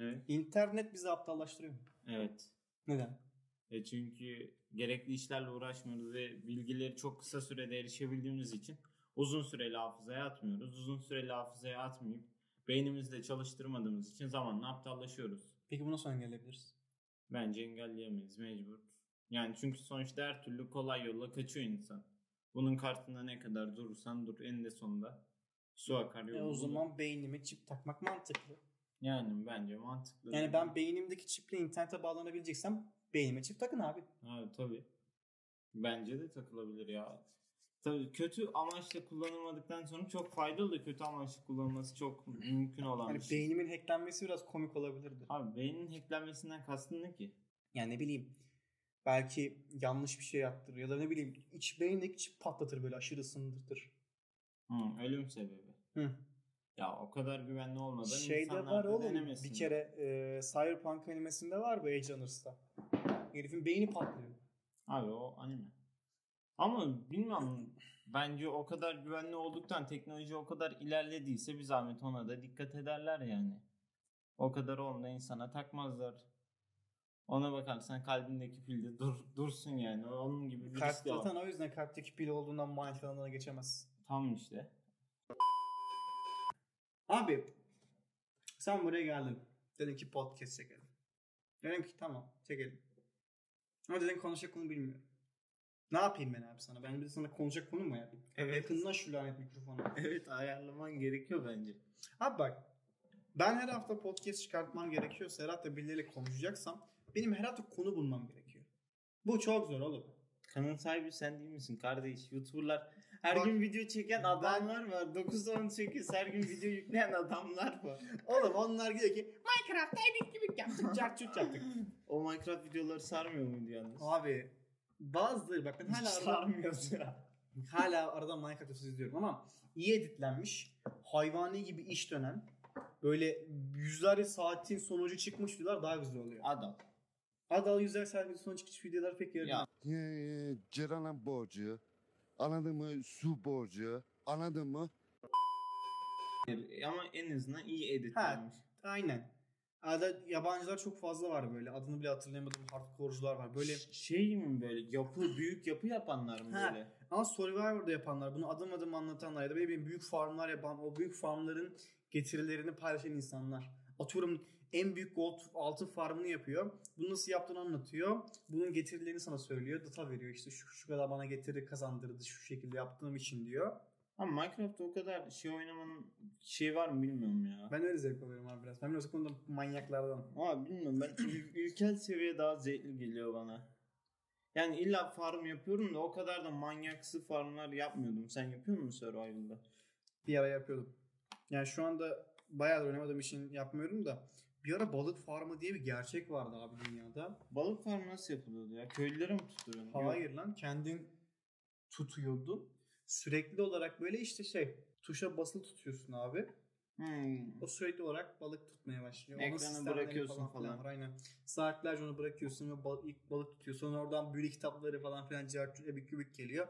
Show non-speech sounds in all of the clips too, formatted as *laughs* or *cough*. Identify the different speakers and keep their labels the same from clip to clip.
Speaker 1: Evet.
Speaker 2: İnternet bizi aptallaştırıyor.
Speaker 1: Evet.
Speaker 2: Neden?
Speaker 1: E çünkü gerekli işlerle uğraşmıyoruz ve bilgileri çok kısa sürede erişebildiğimiz için uzun süreli hafızaya atmıyoruz. Uzun süreli hafızaya atmayıp beynimizde çalıştırmadığımız için zamanla aptallaşıyoruz.
Speaker 2: Peki bunu nasıl engelleyebiliriz?
Speaker 1: Bence engelleyemeyiz mecbur. Yani çünkü sonuçta her türlü kolay yolla kaçıyor insan. Bunun karşısında ne kadar durursan dur eninde sonunda su akar
Speaker 2: E
Speaker 1: yolunu
Speaker 2: o
Speaker 1: bulur.
Speaker 2: zaman beynime çip takmak mantıklı.
Speaker 1: yani bence mantıklı.
Speaker 2: Yani ben beynimdeki çiple internete bağlanabileceksem beynime çip takın abi.
Speaker 1: Abi tabii. Bence de takılabilir ya. Tabii kötü amaçla kullanılmadıktan sonra çok faydalı. Kötü amaçla kullanılması çok mümkün olan
Speaker 2: Yani
Speaker 1: bir şey.
Speaker 2: beynimin hacklenmesi biraz komik olabilirdi.
Speaker 1: Abi beynin hacklenmesinden kastın ne ki?
Speaker 2: Yani ne bileyim belki yanlış bir şey yaptırır ya da ne bileyim iç beyindeki çip patlatır böyle aşırı ısındırtır.
Speaker 1: Hı, ölüm sebebi.
Speaker 2: Hı.
Speaker 1: Ya o kadar güvenli olmadan
Speaker 2: Şeyde
Speaker 1: insanlar
Speaker 2: var
Speaker 1: da
Speaker 2: oğlum
Speaker 1: denemesin.
Speaker 2: bir kere e, Cyberpunk animesinde var bu Age Honors'ta. Herifin beyni patlıyor.
Speaker 1: Abi o anime. Ama bilmem bence o kadar güvenli olduktan teknoloji o kadar ilerlediyse bir zahmet ona da dikkat ederler yani. O kadar onda insana takmazlar. Ona bakarsan kalbindeki pil de dur, dursun yani. Onun gibi bir
Speaker 2: Kalp
Speaker 1: risk
Speaker 2: zaten
Speaker 1: yok.
Speaker 2: o yüzden kalpteki pil olduğundan manyetik alanına geçemez.
Speaker 1: Tam işte.
Speaker 2: Abi sen buraya geldin. Dedin ki podcast çekelim. Dedim ki tamam çekelim. Ama dedin konuşacak konu bilmiyorum. Ne yapayım ben abi sana? Ben bir de sana konuşacak konu mu yapayım?
Speaker 1: Evet.
Speaker 2: Yakından şu lanet mikrofonu.
Speaker 1: *laughs* Evet ayarlaman gerekiyor bence.
Speaker 2: Abi bak. Ben her hafta podcast çıkartmam gerekiyor. Serhat da birileriyle konuşacaksam benim her hafta konu bulmam gerekiyor. Bu çok zor oğlum.
Speaker 1: Kanal sahibi sen değil misin kardeş? Youtuberlar her
Speaker 2: Bak,
Speaker 1: gün video çeken
Speaker 2: ben-
Speaker 1: adamlar var. 9-18 her gün video yükleyen adamlar var.
Speaker 2: Oğlum onlar diyor ki Minecraft'ta edik gibi yaptık, çarçurt yaptık.
Speaker 1: O Minecraft videoları sarmıyor muydu yalnız?
Speaker 2: Abi bazıları bak ben
Speaker 1: Hiç
Speaker 2: hala arada,
Speaker 1: sarmıyoruz ya.
Speaker 2: hala arada Minecraft videosu izliyorum ama iyi editlenmiş, hayvani gibi iş dönen, böyle yüzlerce saatin sonucu çıkmış videolar daha güzel oluyor.
Speaker 1: Adam.
Speaker 2: Adal yüzler saat sonucu çıkmış videolar pek yaramıyor.
Speaker 1: Ya.
Speaker 3: Ee, Ceren'in borcu, anladın mı su borcu, anladın mı?
Speaker 1: E, Ama en azından iyi editlenmiş.
Speaker 2: Aynen. Arada yabancılar çok fazla var böyle. Adını bile hatırlayamadığım hardcore'cular var. Böyle
Speaker 1: Böyle şey mi böyle yapı büyük yapı yapanlar mı
Speaker 2: Ha.
Speaker 1: böyle?
Speaker 2: ama Survivor'da yapanlar, bunu adım adım anlatanlar ya da böyle bir büyük farmlar yapan, o büyük farmların getirilerini paylaşan insanlar. Atıyorum en büyük gold altın farmını yapıyor. Bunu nasıl yaptığını anlatıyor. Bunun getirilerini sana söylüyor. Data veriyor işte şu, şu kadar bana getiri kazandırdı şu şekilde yaptığım için diyor.
Speaker 1: Ama Minecraft'ta o kadar şey oynamanın şey var mı bilmiyorum ya.
Speaker 2: Ben öyle zevk alıyorum abi biraz. Ben biraz o konuda manyaklardan.
Speaker 1: Ama bilmiyorum ben ül- ülkel seviye daha zevkli geliyor bana. Yani illa farm yapıyorum da o kadar da manyaksı farmlar yapmıyordum. Sen yapıyor musun Survival'da?
Speaker 2: bir ara yapıyordum. Yani şu anda bayağı oynamadığım için yapmıyorum da bir ara balık farmı diye bir gerçek vardı abi dünyada.
Speaker 1: Balık farmı nasıl yapılıyordu ya? Köylülere mi tutturuyorsun?
Speaker 2: Hayır lan kendin tutuyordun. Sürekli olarak böyle işte şey tuşa basılı tutuyorsun abi.
Speaker 1: Hmm.
Speaker 2: O sürekli olarak balık tutmaya başlıyor. Onun
Speaker 1: Ekranı
Speaker 2: sistemleri
Speaker 1: bırakıyorsun
Speaker 2: filan
Speaker 1: falan.
Speaker 2: var, aynen. Saatlerce onu bırakıyorsun ve bal- ilk balık tutuyor. Sonra oradan büyülü kitapları falan filan cıvık bir kübük geliyor.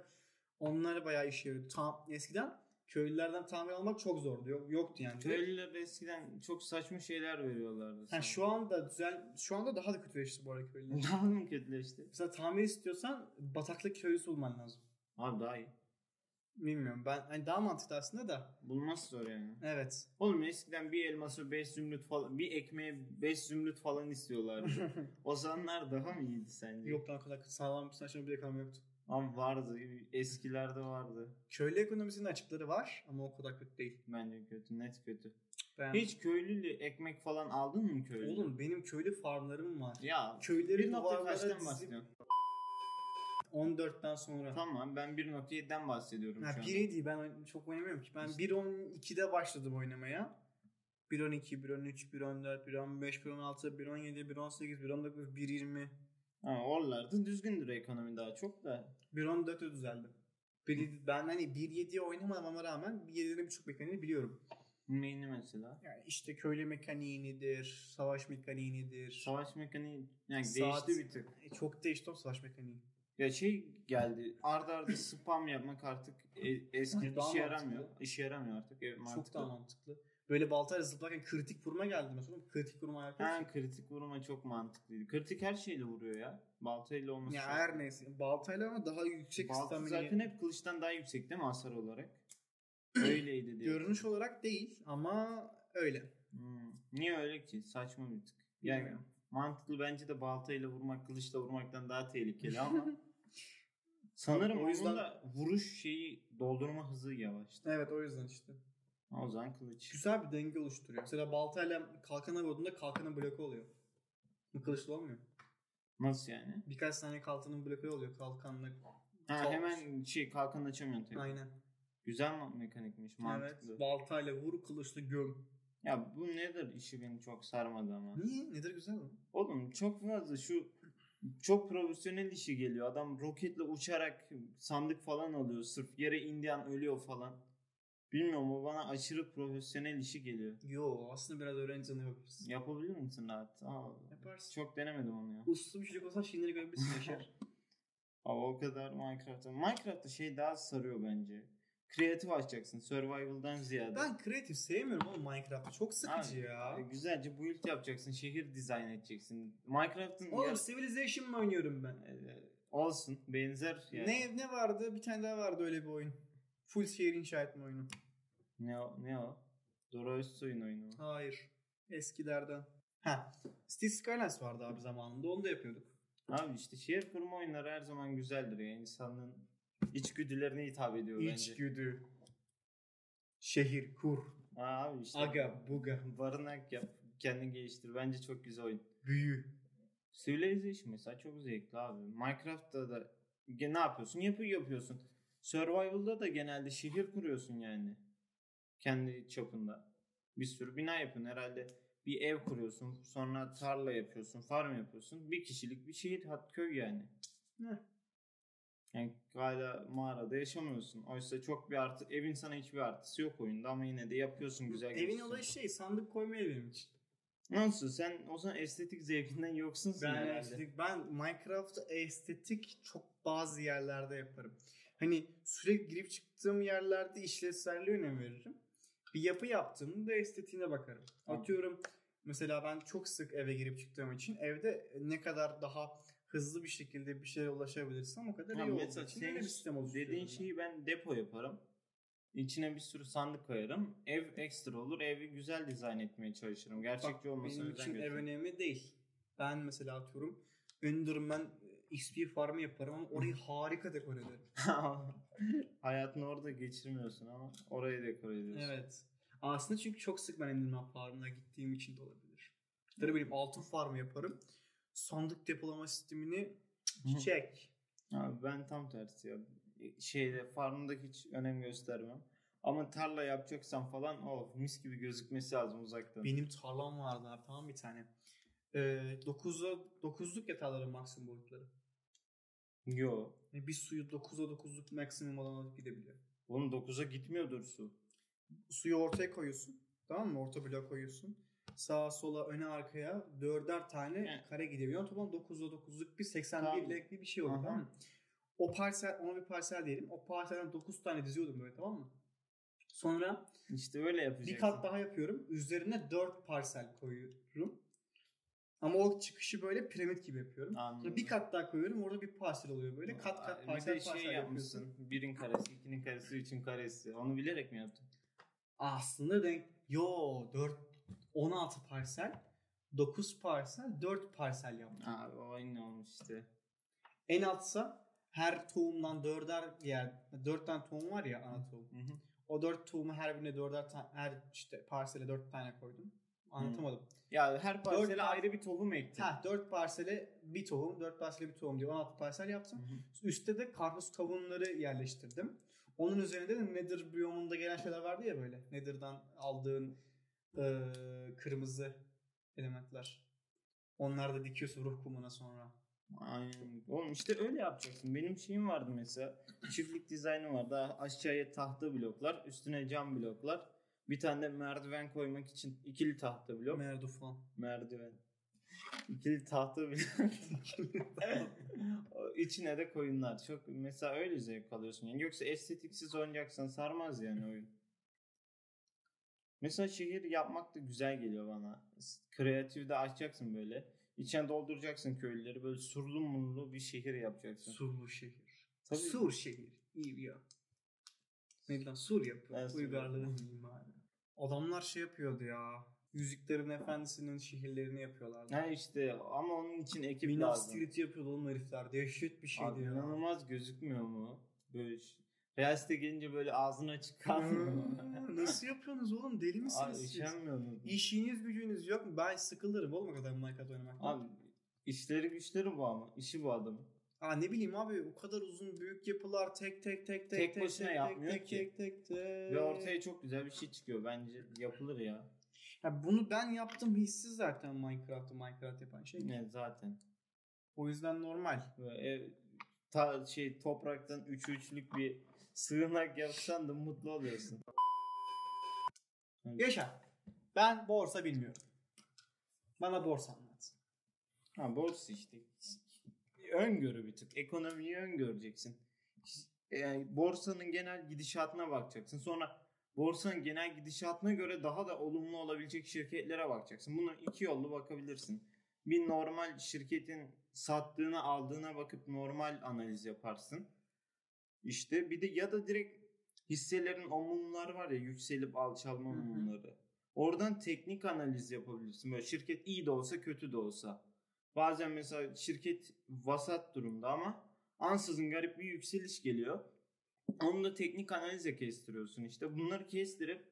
Speaker 2: Onlar bayağı işe yarıyor. Tam, eskiden köylülerden tamir almak çok zordu. Yok, yoktu yani.
Speaker 1: Köylüler eskiden çok saçma şeyler veriyorlardı.
Speaker 2: Ha, şu anda düzel şu anda daha da kötüleşti bu arada
Speaker 1: *laughs*
Speaker 2: köylüler.
Speaker 1: daha mı kötüleşti?
Speaker 2: Mesela tamir istiyorsan bataklık köylüsü bulman lazım.
Speaker 1: Abi daha iyi.
Speaker 2: Bilmiyorum ben hani daha mantıklı aslında da.
Speaker 1: Bulması zor yani.
Speaker 2: Evet.
Speaker 1: Oğlum eskiden bir elması 5 zümrüt falan bir ekmeğe 5 zümrüt falan
Speaker 2: *laughs*
Speaker 1: istiyorlardı. o zamanlar daha mı iyiydi sence?
Speaker 2: Yok lan o kadar sağlam saçma bir ekonomi yoktu.
Speaker 1: Ama vardı. Eskilerde vardı.
Speaker 2: Köylü ekonomisinin açıkları var ama o kadar kötü değil.
Speaker 1: Bence kötü. Net kötü.
Speaker 2: Ben...
Speaker 1: Hiç köylülü ekmek falan aldın mı köylü?
Speaker 2: Oğlum benim köylü farmlarım var.
Speaker 1: Ya
Speaker 2: Köyleri
Speaker 1: 1.5
Speaker 2: duvarlara
Speaker 1: kaçtan
Speaker 2: dizip
Speaker 1: bahsediyorsun?
Speaker 2: 14'ten sonra.
Speaker 1: Tamam ben 1.7'den bahsediyorum
Speaker 2: Ha,
Speaker 1: şu an.
Speaker 2: biri değil ben çok oynamıyorum ki. Ben
Speaker 1: İşte.
Speaker 2: 1.12'de başladım oynamaya. 1.12, 1.13, 1.14, 1.15, 1.16, 1.17, 1.18, 1.19, 1.20.
Speaker 1: Ha, oralarda düzgündür ekonomi daha çok da.
Speaker 2: 1.14'e düzeldim. Bir, ben hani 1.7'ye oynamamama rağmen 1.7'nin birçok mekaniğini biliyorum.
Speaker 1: Neyini mesela?
Speaker 2: Yani işte köylü mekaniğinidir, savaş mekaniğinidir.
Speaker 1: Savaş mekaniği yani
Speaker 2: Saat-
Speaker 1: değişti bir tık.
Speaker 2: E, çok değişti o savaş mekaniği.
Speaker 1: Ya şey geldi arda
Speaker 2: *laughs*
Speaker 1: arda spam yapmak artık e- eski
Speaker 2: Daha
Speaker 1: işe
Speaker 2: mantıklı.
Speaker 1: yaramıyor. İşe yaramıyor artık. Evet,
Speaker 2: Çok
Speaker 1: mantıklı.
Speaker 2: daha mantıklı. Böyle baltayla zıplarken kritik vurma geldi mesela. Kritik vurma yapıyorsun.
Speaker 1: Ha, kritik vurma çok mantıklıydı. Kritik her şeyle vuruyor ya. Baltayla olması.
Speaker 2: Ya
Speaker 1: çok-
Speaker 2: her şey neyse. Baltayla ama daha yüksek
Speaker 1: Balta
Speaker 2: stamina.
Speaker 1: şey. zaten hep kılıçtan daha yüksek değil mi hasar
Speaker 2: *clears throat*
Speaker 1: olarak? Öyleydi diye.
Speaker 2: Görünüş olarak değil ama öyle.
Speaker 1: Hmm. Niye öyle ki? Saçma bir tık. Yani
Speaker 2: Bilmiyorum.
Speaker 1: mantıklı bence de baltayla vurmak, kılıçla vurmaktan daha tehlikeli
Speaker 2: *laughs*
Speaker 1: ama sanırım
Speaker 2: O
Speaker 1: o yüzden
Speaker 2: yüzden-
Speaker 1: da vuruş şeyi doldurma hızı yavaştı.
Speaker 2: Evet o yüzden işte.
Speaker 1: O zaman kılıç.
Speaker 2: Güzel bir denge oluşturuyor. Mesela baltayla kalkana vurduğunda kalkanın bloku oluyor. Bu kılıçla olmuyor.
Speaker 1: Nasıl yani?
Speaker 2: Birkaç saniye kalkanın bloku oluyor kalkanla.
Speaker 1: Ha,
Speaker 2: Kalk.
Speaker 1: hemen şey kalkan açamıyorsun tabii.
Speaker 2: Aynen.
Speaker 1: Güzel ma- mekanikmiş, mantıklı.
Speaker 2: Evet. Baltayla vur kılıçla göm.
Speaker 1: Ya bu nedir işi beni çok sarmadı ama.
Speaker 2: Niye? Nedir güzel mi?
Speaker 1: Oğlum çok fazla şu çok profesyonel işi geliyor. Adam roketle uçarak sandık falan alıyor. Sırf yere indiğin ölüyor falan. Bilmiyorum o bana aşırı profesyonel işi geliyor.
Speaker 2: Yo aslında biraz öğrencinin yapabilirsin.
Speaker 1: Yapabilir misin rahat? Aa,
Speaker 2: Yaparsın.
Speaker 1: çok denemedim onu ya.
Speaker 2: Uslu bir çocuk olsan
Speaker 1: *laughs*
Speaker 2: şimdilik görebilirsin Yaşar.
Speaker 1: Ama o kadar Minecraft'ta. Minecraft'ta şey daha sarıyor bence. Kreatif açacaksın. Survival'dan ziyade.
Speaker 2: ben kreatif sevmiyorum oğlum Minecraft'ı. Çok sıkıcı
Speaker 1: Abi,
Speaker 2: ya.
Speaker 1: e, Güzelce build yapacaksın. Şehir dizayn edeceksin. Minecraft'ın
Speaker 2: Oğlum
Speaker 1: ya-
Speaker 2: Civilization mı oynuyorum ben?
Speaker 1: e, olsun. Benzer yani.
Speaker 2: Ne ne vardı? Bir tane daha vardı öyle bir oyun. Full şehir inşa etme oyunu.
Speaker 1: Ne o? Ne o? Dora Özsoy'un oyunu mu?
Speaker 2: Hayır. Eskilerden. Ha. Steel Skylines vardı abi zamanında. Onu da yapıyorduk.
Speaker 1: Abi işte şehir kurma oyunları her zaman güzeldir ya. insanın içgüdülerine hitap ediyor bence.
Speaker 2: İçgüdü. Şehir kur.
Speaker 1: Aa, abi işte.
Speaker 2: Aga buga.
Speaker 1: Barınak yap. Kendini geliştir. Bence çok güzel oyun.
Speaker 2: Büyü.
Speaker 1: Civilization mesela çok zevkli abi. Minecraft'ta da ge- ne yapıyorsun? Yapı yapıyorsun. Survival'da da genelde şehir kuruyorsun yani. Kendi çapında. Bir sürü bina yapıyorsun herhalde. Bir ev kuruyorsun. Sonra tarla yapıyorsun. Farm yapıyorsun. Bir kişilik bir şehir. Hat köy yani.
Speaker 2: Ne?
Speaker 1: Yani hala mağarada yaşamıyorsun. Oysa çok bir artı evin sana hiçbir artısı yok oyunda ama yine de yapıyorsun güzel
Speaker 2: Evin
Speaker 1: geliştiriyorsun.
Speaker 2: olayı şey sandık koyma evi benim için.
Speaker 1: Nasıl sen o zaman estetik zevkinden yoksun
Speaker 2: Ben,
Speaker 1: herhalde.
Speaker 2: estetik, ben Minecraft'ı estetik çok bazı yerlerde yaparım. Hani sürekli girip çıktığım yerlerde işlevselliğe önem veririm. Bir yapı yaptığımda estetiğine bakarım.
Speaker 1: Tamam.
Speaker 2: Atıyorum mesela ben çok sık eve girip çıktığım için evde ne kadar daha hızlı bir şekilde bir şeye ulaşabilirsem o kadar
Speaker 1: Ha,
Speaker 2: iyi olduğu
Speaker 1: mesela
Speaker 2: için
Speaker 1: senin
Speaker 2: öyle bir sistem oluşturuyorum.
Speaker 1: Dediğin
Speaker 2: ben.
Speaker 1: şeyi ben depo yaparım. İçine bir sürü sandık koyarım. Ev ekstra olur. Evi güzel dizayn etmeye çalışırım.
Speaker 2: Bak,
Speaker 1: Gerçekçi olmasına
Speaker 2: benim
Speaker 1: özen
Speaker 2: için ev
Speaker 1: gösteririm. *laughs*
Speaker 2: önemli değil. Ben mesela atıyorum Enderman e, XP farmı yaparım ama orayı harika dekor ederim.
Speaker 1: Hayatını orada geçirmiyorsun ama orayı dekore ediyorsun.
Speaker 2: Evet. Aslında çünkü çok sık ben Enderman Farm'ına gittiğim için de olabilir. Ya da benim altın farmı yaparım. Sandık depolama sistemini çiçek.
Speaker 1: Abi ben tam tersi ya. Şeyde farmındaki hiç önem göstermem. Ama tarla yapacaksam falan o mis gibi gözükmesi lazım uzaktan.
Speaker 2: benim tarlam vardı abi tamam bir tane. Ee, 9'a 9'luk yataların maksimum boyutları.
Speaker 1: Yo.
Speaker 2: Yani bir suyu 9'a 9'luk maksimum alana alıp gidebiliyor.
Speaker 1: Bunun 9'a gitmiyordur su.
Speaker 2: Suyu ortaya koyuyorsun. Tamam mı? Orta bloğa koyuyorsun. Sağa sola öne arkaya dörder tane
Speaker 1: Evet.
Speaker 2: kare gidebiliyor. Toplam 9'da 9'luk bir 81
Speaker 1: Tamam.
Speaker 2: lekli bir şey oldu
Speaker 1: Aha.
Speaker 2: tamam mı? O parsel, ona bir parsel diyelim. O parselden 9 tane diziyordum böyle tamam mı? Sonra
Speaker 1: İşte öyle yapacaksın.
Speaker 2: bir kat daha yapıyorum. Üzerine 4 parsel koyuyorum. Ama o çıkışı böyle piramit gibi yapıyorum.
Speaker 1: Anladım.
Speaker 2: Sonra bir kat daha koyuyorum. Orada bir parsel oluyor böyle. Kat
Speaker 1: Aa,
Speaker 2: kat
Speaker 1: bir
Speaker 2: parsel
Speaker 1: de şey
Speaker 2: parsel
Speaker 1: yapmışsın.
Speaker 2: yapıyorsun.
Speaker 1: Birin karesi, ikinin karesi, üçün karesi. Onu bilerek mi yaptın?
Speaker 2: Aslında denk yo 4 16 parsel 9 parsel 4 parsel yaptım.
Speaker 1: Abi o aynı olmuş işte.
Speaker 2: En altsa her tohumdan dörder yer dört tane tohum var ya ana tohum.
Speaker 1: Hı hı.
Speaker 2: O dört tohumu her birine dörder tane her işte parsele dört tane koydum. Anlatamadım.
Speaker 1: Ya her parsele
Speaker 2: Dört-
Speaker 1: ayrı bir tohum ektin.
Speaker 2: Ha dört parsele bir tohum, dört parsele bir tohum diye 16 parsel
Speaker 1: Hı
Speaker 2: yaptım.
Speaker 1: hı.
Speaker 2: Üste de karpuz kavunları yerleştirdim. Onun üzerinde de Nether biyomunda gelen şeyler vardı ya böyle. Nether'dan aldığın eee, kırmızı elementler. Onlar da dikiyorsun ruh kumuna sonra.
Speaker 1: Aynen. Oğlum işte öyle yapacaksın. Benim şeyim vardı mesela. Çiftlik dizaynı vardı. Ha, Aşağıya tahta bloklar, üstüne cam bloklar. Bir tane de merdiven koymak için ikili tahta blok.
Speaker 2: Merdufan.
Speaker 1: merdiven. İkili tahta
Speaker 2: *laughs*
Speaker 1: bile. O İçine de koyunlar. Çok mesela öyle zevk alıyorsun. Yani yoksa estetiksiz oynayacaksan sarmaz yani oyun. Mesela şehir yapmak da güzel geliyor bana. Kreatif de açacaksın böyle. İçine dolduracaksın köylüleri. Böyle surlu murlu bir şehir yapacaksın.
Speaker 2: Surlu şehir.
Speaker 1: Tabii.
Speaker 2: Sur şehir. İyi bir yap. Ne lan Sur yapıyor.
Speaker 1: Evet, Sur.
Speaker 2: Uygarlığın mimarı. Adamlar şey yapıyordu ya. Yüzüklerin Efendisi'nin şehirlerini yapıyorlardı.
Speaker 1: Ha işte ama onun için ekip
Speaker 2: Minas
Speaker 1: lazım.
Speaker 2: Tirith'i yapıyordu oğlum herifler. Dehşet bir şey şeydi
Speaker 1: Abi
Speaker 2: ya.
Speaker 1: inanılmaz gözükmüyor mu? Böyle ş- realiste gelince böyle ağzın açık kalmıyor mu?
Speaker 2: Ya, Nasıl yapıyorsunuz oğlum? Deli
Speaker 1: Abi
Speaker 2: misiniz siz?
Speaker 1: üşenmiyor mu?
Speaker 2: İşiniz gücünüz yok mu? Ben sıkılırım oğlum o kadar Minecraft oynamaktan.
Speaker 1: Abi işleri güçleri bu ama. işi bu adamın.
Speaker 2: Aa ne bileyim abi o kadar uzun büyük yapılar tek tek tek tek
Speaker 1: Tek başına yapmıyor
Speaker 2: tek,
Speaker 1: ki.
Speaker 2: tek tek tek
Speaker 1: Ve ortaya çok güzel bir şey çıkıyor. Bence yapılır ya.
Speaker 2: Ya bunu ben yaptım hissiz zaten Minecraft'ı Minecraft yapan şey.
Speaker 1: Ne zaten.
Speaker 2: O yüzden normal.
Speaker 1: Böyle ev, ta, şey topraktan üç üçlük bir sığınak yapsan da mutlu oluyorsun.
Speaker 2: Yaşa. Ben borsa bilmiyorum. Bana borsa anlat.
Speaker 1: Ha borsa işte. Öngörü bir tık. Ekonomiyi öngöreceksin. Yani borsanın genel gidişatına bakacaksın. Sonra borsanın genel gidişatına göre daha da olumlu olabilecek şirketlere bakacaksın. Bunu iki yollu bakabilirsin. Bir normal şirketin sattığına aldığına bakıp normal analiz yaparsın. İşte bir de ya da direkt hisselerin o mumları var ya yükselip alçalma
Speaker 2: Hı hı.
Speaker 1: mumları. Oradan teknik analiz yapabilirsin. Böyle şirket iyi de olsa kötü de olsa. Bazen mesela şirket vasat durumda ama ansızın garip bir yükseliş geliyor. Onu da teknik analizle kestiriyorsun işte. Bunları kestirip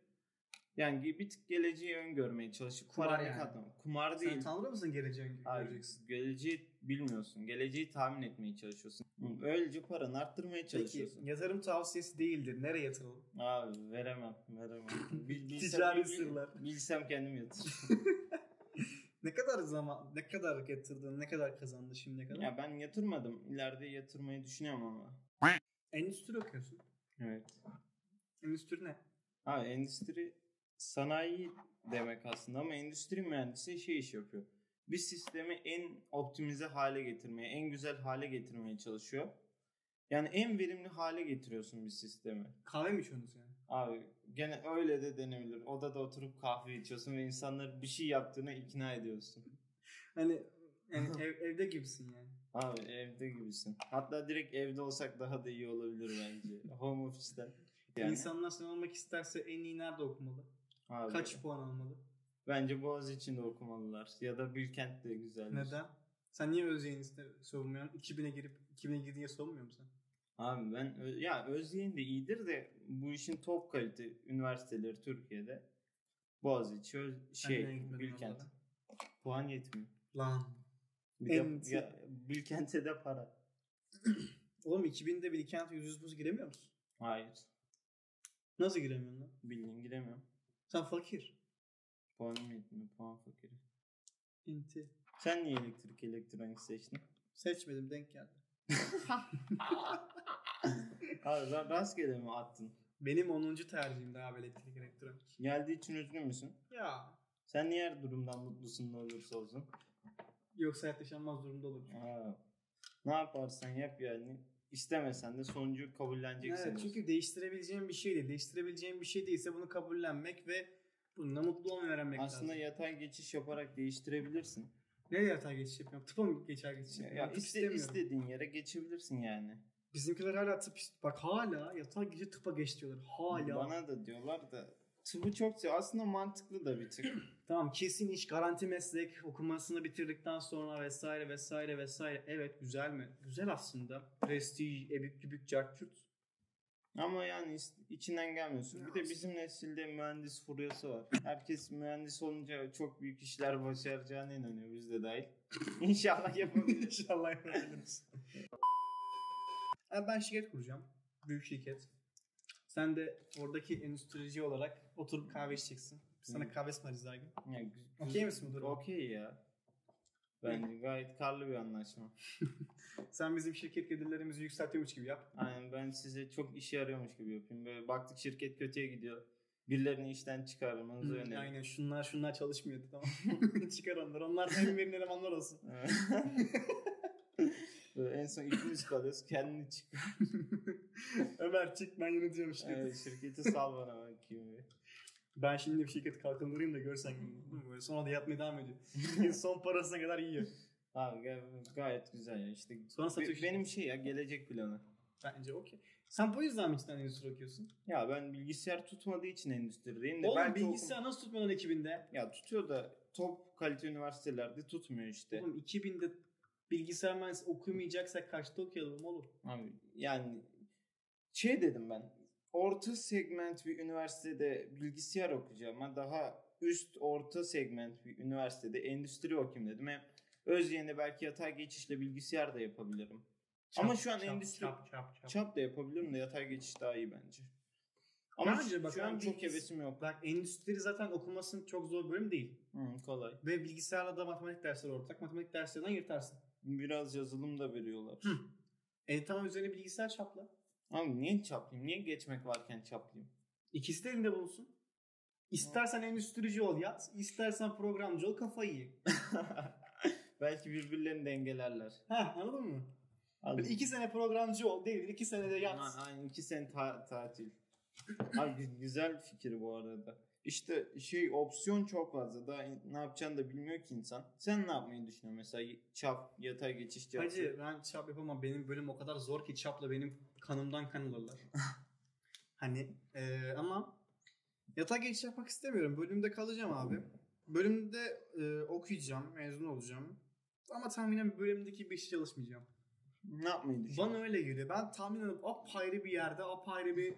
Speaker 1: yani bir tık geleceği öngörmeye çalışıp
Speaker 2: Kumar
Speaker 1: kumar
Speaker 2: yani.
Speaker 1: Kumar
Speaker 2: Sen
Speaker 1: değil.
Speaker 2: tanrı mısın geleceğin
Speaker 1: Abi,
Speaker 2: göreceksin?
Speaker 1: geleceği bilmiyorsun. Geleceği tahmin etmeye çalışıyorsun. Öylece paranı arttırmaya
Speaker 2: Peki
Speaker 1: çalışıyorsun.
Speaker 2: yatırım tavsiyesi değildir. Nereye yatıralım?
Speaker 1: Abi veremem,
Speaker 2: *laughs*
Speaker 1: veremem. Bil,
Speaker 2: Ticari
Speaker 1: bil-
Speaker 2: sırlar.
Speaker 1: Bilsem kendim yatırırım.
Speaker 2: *laughs* Ne kadar zaman, ne kadar yatırdın, ne kadar kazandın şimdiye kadar?
Speaker 1: ya ben yatırmadım. İleride yatırmayı düşünüyorum ama.
Speaker 2: Endüstri okuyorsun.
Speaker 1: Evet.
Speaker 2: Endüstri ne?
Speaker 1: Abi endüstri sanayi demek aslında ama endüstri mühendisi şey iş yapıyor. Bir sistemi en optimize hale getirmeye, en güzel hale getirmeye çalışıyor. Yani en verimli hale getiriyorsun bir sistemi.
Speaker 2: Kahve mi içiyorsunuz yani?
Speaker 1: Abi gene öyle de denebilir. Odada oturup kahve içiyorsun ve insanları bir şey yaptığına ikna ediyorsun.
Speaker 2: Hani
Speaker 1: *laughs*
Speaker 2: yani ev- evde gibisin yani.
Speaker 1: Abi evde gibisin. Hatta direkt evde olsak daha da iyi olabilir *laughs* bence. Home office'ten. Yani,
Speaker 2: İnsanlar sen olmak isterse en iyi nerede okumalı?
Speaker 1: abi,
Speaker 2: Kaç puan almalı?
Speaker 1: Bence Boğaziçi'nde okumalılar. Ya da Bilkent'te güzeldir.
Speaker 2: Neden? Sen niye Özyeğin'i savunmuyorsun? 2000'e girip 2000'e girdi diye savunmuyor musun sen?
Speaker 1: Abi ben ö- ya Özyeğin de iyidir de bu işin top kalite üniversiteleri Türkiye'de Boğaziçi, Öz- şey
Speaker 2: Ben neye gitmedim
Speaker 1: Bilkent.
Speaker 2: onlara?
Speaker 1: Puan yetmiyor.
Speaker 2: Lan.
Speaker 1: Bir de-
Speaker 2: En-
Speaker 1: ya, Bilkent'e de para.
Speaker 2: Oğlum 2000'de Bilkent 100 buz giremiyor musun?
Speaker 1: Hayır.
Speaker 2: Nasıl giremiyorsun lan?
Speaker 1: Bildiğin giremiyorum.
Speaker 2: Sen fakir.
Speaker 1: Puanım yetmiyor. Puan fakiri.
Speaker 2: İnti.
Speaker 1: Sen niye elektrik elektronik seçtin?
Speaker 2: Seçmedim denk geldi.
Speaker 1: Abi ra- rastgele mi attın?
Speaker 2: Benim 10. tercihim daha elektrik elektronik.
Speaker 1: Geldiği için üzgün müsün?
Speaker 2: Ya.
Speaker 1: Sen niye her durumdan mutlusun ne olursa olsun?
Speaker 2: Yoksa hayat yaşanmaz durumda olur.
Speaker 1: Ha. Ne yaparsan yap yani. İstemesen de sonucu kabulleneceksin.
Speaker 2: Evet, çünkü değiştirebileceğim bir şey değil. Değiştirebileceğim bir şey değilse bunu kabullenmek ve bununla mutlu olmayı öğrenmek
Speaker 1: Aslında
Speaker 2: lazım.
Speaker 1: yatay geçiş yaparak değiştirebilirsin.
Speaker 2: Nereye yatağa geçiş yapıyorum? Tıpa mı geçer geçiş
Speaker 1: Ya, ya
Speaker 2: yapıyorum? Ben tıp
Speaker 1: iste-
Speaker 2: istemiyorum.
Speaker 1: istediğin yere geçebilirsin yani.
Speaker 2: Bizimkiler hala tıp ist- Bak hala yatağa gece tıpa geç diyorlar. Hala.
Speaker 1: Bana da diyorlar da tıbbı çok sev- Aslında mantıklı da bir
Speaker 2: *clears throat*
Speaker 1: tık.
Speaker 2: Tamam kesin iş garanti meslek okumasını bitirdikten sonra vesaire vesaire vesaire. Evet güzel mi? Güzel aslında. Prestij, ebük bübük, cartçut.
Speaker 1: Ama yani is- içinden gelmiyorsun. Bir de bizim nesilde mühendis furyası var. Herkes mühendis olunca çok büyük işler başaracağına inanıyor biz de
Speaker 2: *laughs*
Speaker 1: dahil. İnşallah yapabilir.
Speaker 2: İnşallah yapabiliriz. Abi ben şirket kuracağım. Büyük şirket. Sen de oradaki endüstrici olarak oturup kahve içeceksin. Biz sana
Speaker 1: Hı.
Speaker 2: kahve ısmarlayacağız her gün.
Speaker 1: Ya, gü-
Speaker 2: Okey misin bu duruma?
Speaker 1: Okey ya. Bence gayet karlı bir anlaşma.
Speaker 2: Sen bizim şirket gelirlerimizi yükseltiyormuş gibi yap.
Speaker 1: Aynen ben size çok işe yarıyormuş gibi yapayım. Böyle baktık şirket kötüye gidiyor. Birilerini işten çıkarmanızı
Speaker 2: Hı,
Speaker 1: öneririm.
Speaker 2: aynen şunlar şunlar çalışmıyordu tamam. *laughs* Çıkar onlar. Onlar en verimli
Speaker 1: *laughs*
Speaker 2: elemanlar olsun.
Speaker 1: *laughs* Böyle en son ikimiz kalıyoruz. Kendini çık.
Speaker 2: Ömer çık ben yönetiyorum şirketi.
Speaker 1: Evet, şirketi sal bana bakayım.
Speaker 2: Ben şimdi bir şirket kalkındırayım da görsen Hı, böyle sonra da yatmaya
Speaker 1: *laughs*
Speaker 2: devam ediyor. Şirketin son parasına kadar yiyor.
Speaker 1: Abi gay- gayet güzel ya işte.
Speaker 2: Sonra
Speaker 1: Be-
Speaker 2: satış.
Speaker 1: benim şey ya gelecek planı.
Speaker 2: Bence okey. Sen bu yüzden mi cidden endüstri okuyorsun?
Speaker 1: Ya ben bilgisayar tutmadığı için endüstrideyim de.
Speaker 2: Oğlum
Speaker 1: belki oku-
Speaker 2: bilgisayar nasıl tutmadın 2000'de?
Speaker 1: Ya tutuyor da top kalite üniversitelerde tutmuyor işte.
Speaker 2: Oğlum 2000'de bilgisayar mühendisi okumayacaksak kaçta okuyalım oğlum?
Speaker 1: Abi yani şey dedim ben. Orta segment bir üniversitede bilgisayar okuyacağım. ama daha üst orta segment bir üniversitede endüstri okuyayım dedim. Hem öz yeni belki yatay geçişle bilgisayar da yapabilirim. Ama şu an endüstri-
Speaker 2: Çap çap çap.
Speaker 1: Çap da yapabilirim de yatay geçiş daha iyi bence. Ama
Speaker 2: Bence
Speaker 1: şu,
Speaker 2: bak
Speaker 1: şu an
Speaker 2: ben
Speaker 1: çok
Speaker 2: bilgis-
Speaker 1: hevesim yok.
Speaker 2: Bak endüstri zaten okumasının çok zor bölüm değil.
Speaker 1: Hı, kolay.
Speaker 2: Ve bilgisayarla da matematik dersleri ortak. Matematik derslerinden yırtarsın.
Speaker 1: Biraz yazılım da veriyorlar.
Speaker 2: Hı. E tamam üzerine bilgisayar çapla.
Speaker 1: Abi niye çaplayayım? Niye geçmek varken çaplayayım? *laughs*
Speaker 2: İkisi de elinde bulunsun. İstersen endüstrici ol yat, istersen programcı ol kafayı ye.
Speaker 1: Belki birbirlerini dengelerler.
Speaker 2: Heh anladın mı?
Speaker 1: Abi,
Speaker 2: Böyle iki sene programcı ol değil, iki senede yat.
Speaker 1: Aynen, aynen, iki sene ta- tatil. Abi gü- güzel fikir bu arada. İşte şey opsiyon çok fazla. Daha in- ne yapacağını da bilmiyor ki insan. Sen ne yapmayı düşünüyorsun mesela y- çap, yatay geçiş çapı?
Speaker 2: Hacı ben çap yapamam. Benim bölüm o kadar zor ki çapla benim kanımdan kan alırlar. hani e, ama yatağa geçiş yapmak istemiyorum. Bölümde kalacağım abi. Bölümde e, okuyacağım, mezun olacağım. Ama tahminen bölümdeki bir iş çalışmayacağım.
Speaker 1: Ne yapmayı düşünüyorsun?
Speaker 2: Bana öyle geliyor. Ben tahmin ediyorum apayrı bir yerde, apayrı bir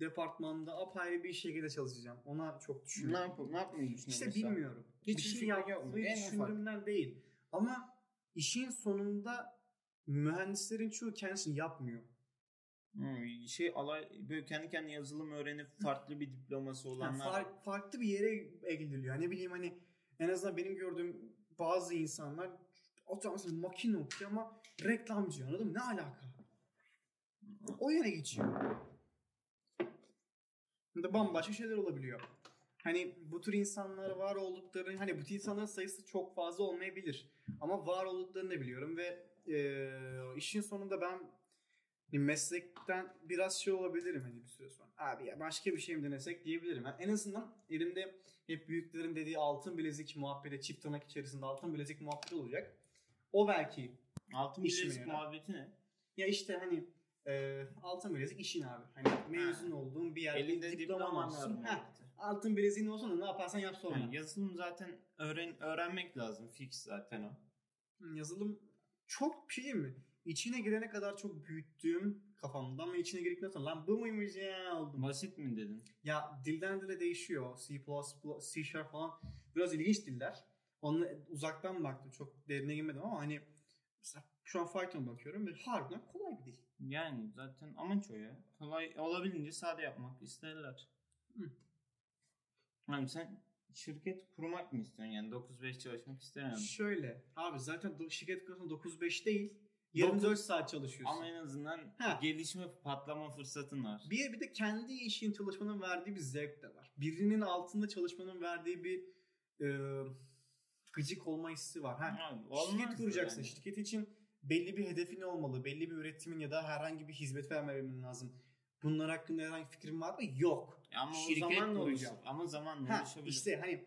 Speaker 2: departmanda, apayrı bir şekilde çalışacağım. Ona çok
Speaker 1: Ne,
Speaker 2: düşünüyorum.
Speaker 1: yap ne yapmayı düşünüyorsun
Speaker 2: İşte
Speaker 1: mesela?
Speaker 2: bilmiyorum.
Speaker 1: Hiç
Speaker 2: bir şey
Speaker 1: fikrim yok.
Speaker 2: yapmayı
Speaker 1: En ufak.
Speaker 2: düşündüğümden değil. Ama işin sonunda mühendislerin çoğu kendisini yapmıyor.
Speaker 1: Hmm, şey alay böyle kendi kendine yazılım öğrenip farklı bir diploması
Speaker 2: Yani
Speaker 1: olanlar.
Speaker 2: far- farklı bir yere eğililiyor. Ne bileyim hani en azından benim gördüğüm bazı insanlar atıyorum mesela makine okuyor ama reklamcı anladın mı? Ne alaka? O yere geçiyor. Ya da bambaşka şeyler olabiliyor. Hani bu tür insanlar var oldukları, hani bu tür insanların sayısı çok fazla olmayabilir. Ama var olduklarını da biliyorum ve eee, işin sonunda ben hani meslekten biraz şey olabilirim hani bir süre sonra. Abi ya başka bir şey mi denesek diyebilirim. Yani en azından elimde hep büyüklerin dediği altın bilezik muhabbeti, çift tırnak içerisinde altın bilezik muhabbeti olacak. O belki
Speaker 1: Altın
Speaker 2: İşime
Speaker 1: bilezik
Speaker 2: yarar.
Speaker 1: muhabbeti ne?
Speaker 2: ya işte hani e, altın bilezik işin abi. Hani mezun olduğun bir yer
Speaker 1: Elinde diploman var
Speaker 2: olsun.
Speaker 1: mı?
Speaker 2: Heh, altın bileziğin olsun da ne yaparsan yap sonra.
Speaker 1: Yani yazılım zaten öğren öğrenmek lazım. Fix zaten o.
Speaker 2: Yazılım çok bir şey değil mi? İçine girene kadar çok büyüttüğüm kafamdan ve içine girdikten sonra lan bu muymuş ya oldum.
Speaker 1: Basit mi dedin?
Speaker 2: Ya dilden dile değişiyor. C++, C Sharp falan biraz ilginç diller. Onu uzaktan baktım. Çok derine girmedim ama hani mesela şu an Python bakıyorum ve harbiden kolay bir dil.
Speaker 1: Yani zaten amaç o ya. Kolay olabildiğince sade yapmak isterler.
Speaker 2: Hı.
Speaker 1: Yani sen şirket kurmak mı istiyorsun? Yani 9-5 çalışmak istemiyorum.
Speaker 2: Şöyle abi zaten do- şirket konusunda 9-5 değil 24
Speaker 1: Dokuz-
Speaker 2: saat çalışıyorsun.
Speaker 1: Ama en azından
Speaker 2: Ha.
Speaker 1: gelişme, patlama fırsatın var.
Speaker 2: Bir bir de kendi işin çalışmanın verdiği bir zevk de var. Birinin altında çalışmanın verdiği bir e, gıcık olma hissi var. Ha,
Speaker 1: Abi,
Speaker 2: şirket
Speaker 1: olmaz
Speaker 2: kuracaksın.
Speaker 1: yani.
Speaker 2: Şirket için belli bir hedefin olmalı. Belli bir üretimin ya da herhangi bir hizmet vermemen lazım. Bunlar hakkında herhangi bir fikrin var mı? Yok.
Speaker 1: Ama
Speaker 2: Şirket
Speaker 1: o zamanla
Speaker 2: kuracağım.
Speaker 1: oluşur. Ama zamanla
Speaker 2: Ha,
Speaker 1: oluşabilir.
Speaker 2: işte hani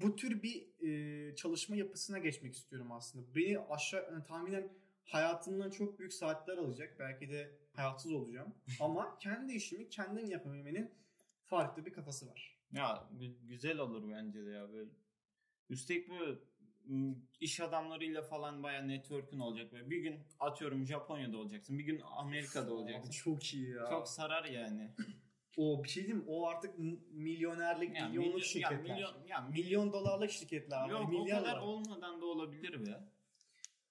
Speaker 2: bu tür bir e, çalışma yapısına geçmek istiyorum aslında. Beni aşağı yani tahminen hayatımdan çok büyük saatler alacak. Belki de
Speaker 1: *laughs*
Speaker 2: hayatsız olacağım. Ama kendi işimi kendim yapabilmenin farklı bir kafası var.
Speaker 1: Ya gü- güzel olur bence de ya böyle. Üstelik böyle m, iş adamlarıyla falan bayağı network'ün olacak. Böyle bir gün atıyorum Japonya'da olacaksın. Bir gün Amerika'da
Speaker 2: Abi
Speaker 1: olacaksın.
Speaker 2: çok iyi ya.
Speaker 1: Çok sarar yani.
Speaker 2: O bir şey diyeyim mi? O artık m- milyonerlik,
Speaker 1: Ya
Speaker 2: milyonluk
Speaker 1: milyon- ya
Speaker 2: şirketler. milyon,
Speaker 1: milyon, ya milyon,
Speaker 2: milyon dolarlık şirketler.
Speaker 1: yok o
Speaker 2: milyar
Speaker 1: kadar
Speaker 2: dolar.
Speaker 1: olmadan da olabilir be.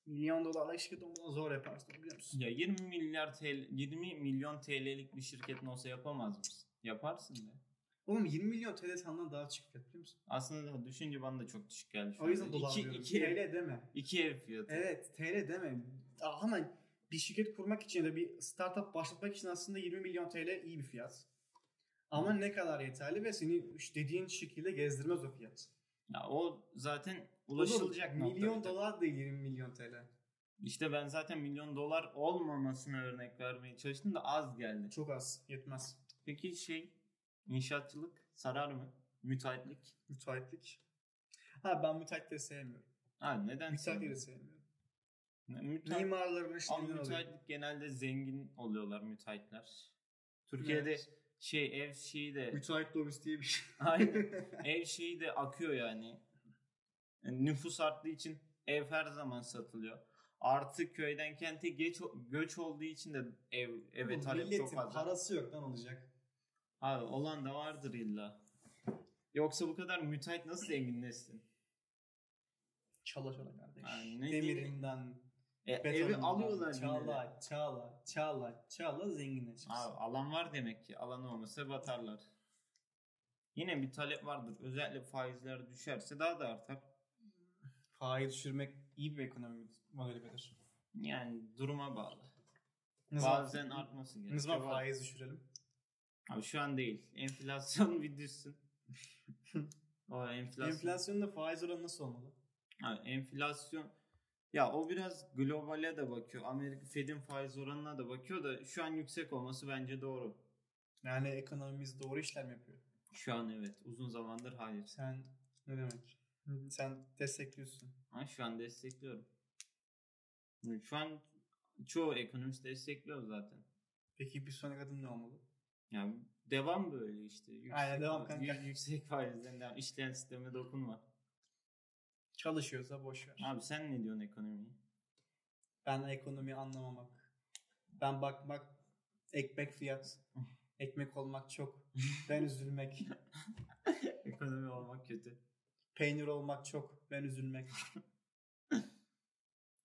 Speaker 2: Milyon dolarlık şirket olmadan zor yaparsın biliyor musun?
Speaker 1: Ya 20 milyar TL, 20 milyon TL'lik bir şirketin olsa yapamaz mısın? Yaparsın be.
Speaker 2: Oğlum 20 milyon TL senden daha çıkıyor biliyor musun?
Speaker 1: Aslında da düşünce bana da çok düşük geldi. şu
Speaker 2: O yüzden
Speaker 1: anda.
Speaker 2: dolar
Speaker 1: İki,
Speaker 2: diyorum.
Speaker 1: iki, ev,
Speaker 2: TL deme.
Speaker 1: iki ev fiyatı.
Speaker 2: Evet TL deme. Aa, Ama bir şirket kurmak için ya da bir startup başlatmak için aslında 20 milyon TL iyi bir fiyat. Ama ne kadar yeterli ve seni işte dediğin şekilde gezdirmez o fiyat.
Speaker 1: Ya o zaten
Speaker 2: O da
Speaker 1: ulaşılacak nokta.
Speaker 2: Milyon dolar değil 20 milyon TL.
Speaker 1: İşte ben zaten milyon dolar olmamasına örnek vermeye çalıştım da az geldi.
Speaker 2: Çok az. Yetmez.
Speaker 1: Peki şey inşaatçılık sarar mı? Müteahhitlik.
Speaker 2: Müteahhitlik. Ha ben müteahhitleri sevmiyorum.
Speaker 1: Ha neden?
Speaker 2: Müteahhitleri sevmiyorum.
Speaker 1: Ne- müteahhit-
Speaker 2: Mimarların
Speaker 1: Ama
Speaker 2: işlerinden alıyorum.
Speaker 1: müteahhitlik genelde zengin oluyorlar müteahhitler. Türkiye'de
Speaker 2: Evet.
Speaker 1: şey ev şeyi de
Speaker 2: Müteahhit lobisi diye bir şey. *laughs*
Speaker 1: Aynen. ev şeyi de akıyor yani. Yani Nüfus arttığı için ev her zaman satılıyor. Artık köyden kente geç, göç olduğu için de ev eve
Speaker 2: Oğlum,
Speaker 1: talep çok
Speaker 2: milletin
Speaker 1: fazla.
Speaker 2: parası yok lan olacak.
Speaker 1: Abi olan da vardır illa. Yoksa bu kadar müteahhit nasıl zenginleşsin?
Speaker 2: Çala çala kardeş.
Speaker 1: Yani ne
Speaker 2: Demirinden,
Speaker 1: E, evi
Speaker 2: betonundan,
Speaker 1: alıyorlar yine de.
Speaker 2: Çala, çala, çala, çala zengine çıksın.
Speaker 1: Abi, alan var demek ki. Alan olmasa batarlar. Yine bir talep vardır. Özellikle faizler düşerse daha da artar.
Speaker 2: Faiz düşürmek iyi bir ekonomi modelidir.
Speaker 1: Yani duruma bağlı.
Speaker 2: Ne zaman-
Speaker 1: Bazen artması
Speaker 2: Ne
Speaker 1: gerekiyor.
Speaker 2: zaman
Speaker 1: Bazen-
Speaker 2: faiz düşürelim?
Speaker 1: Abi şu an değil. Enflasyon *laughs* bir düşsün. o enflasyon.
Speaker 2: Enflasyonda faiz oranı nasıl olmalı?
Speaker 1: Abi enflasyon. Ya o biraz globale de bakıyor. Amerika Fed'in faiz oranına da bakıyor da şu an yüksek olması bence doğru.
Speaker 2: Yani ekonomimiz doğru işlem yapıyor.
Speaker 1: Şu an evet. Uzun zamandır hayır.
Speaker 2: Sen ne demek? Sen destekliyorsun.
Speaker 1: Ha, şu an destekliyorum. Hani Şu an çoğu ekonomist destekliyor zaten.
Speaker 2: Peki bir sonraki adım ne olmalı?
Speaker 1: Yani devam böyle işte. Yüksek,
Speaker 2: Aynen, devam kanka.
Speaker 1: yü- Yüksek faizden devam. İşleyen sisteme dokunma.
Speaker 2: Çalışıyorsa boş ver.
Speaker 1: Abi sen ne diyorsun ekonomiye?
Speaker 2: Ben ekonomi anlamamak. Ben bakmak, ekmek fiyat. Ekmek olmak çok. Ben üzülmek.
Speaker 1: Ekonomi olmak kötü.
Speaker 2: Peynir olmak çok. Ben üzülmek.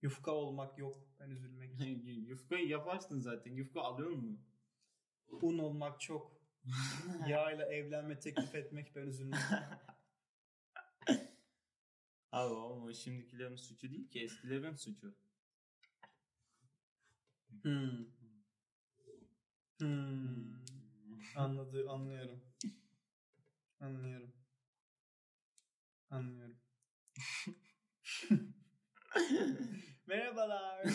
Speaker 2: Yufka olmak yok. Ben üzülmek.
Speaker 1: *laughs* Yufkayı yaparsın zaten. Yufka alıyor mu?
Speaker 2: Un olmak çok. Yağla evlenme teklif etmek ben üzülmek.
Speaker 1: Abi ama şimdikilerin suçu değil ki eskilerin suçu.
Speaker 2: Hmm. Hmm. Anladı, anlıyorum. Anlıyorum. Anlıyorum. Merhabalar.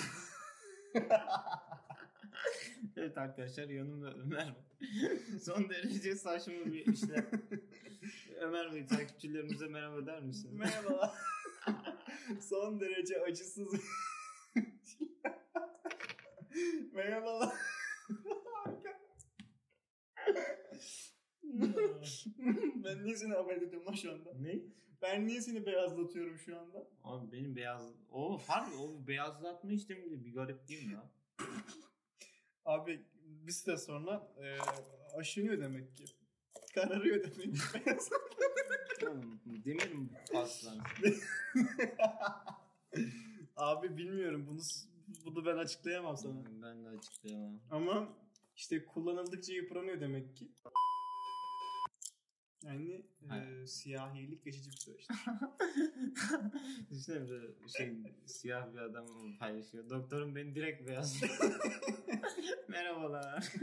Speaker 1: *laughs* evet arkadaşlar yanımda Ömer var. *laughs* Son derece saçma bir işler. Ömer Bey takipçilerimize merhaba der misin?
Speaker 2: Merhabalar. Son derece acısız. Merhabalar. ben niye seni haber ediyorum lan şu anda?
Speaker 1: ne?
Speaker 2: Ben niye seni beyazlatıyorum şu anda?
Speaker 1: Abi benim beyaz... O harbi o beyazlatma işlemi bir garip değil mi ya?
Speaker 2: Abi bir süre sonra e, aşınıyor demek ki. Kararıyor demek ki. *laughs*
Speaker 1: Oğlum, Demir mi aslan?
Speaker 2: Abi bilmiyorum bunu bunu ben açıklayamam sana.
Speaker 1: Ben de açıklayamam. *laughs*
Speaker 2: Ama işte kullanıldıkça yıpranıyor demek ki. Yani e,
Speaker 1: Hayır.
Speaker 2: siyahilik geçici bir süreç. *laughs*
Speaker 1: Düşünsene böyle şey siyah bir adam paylaşıyor. Doktorum beni direkt beyaz. Merhabalar.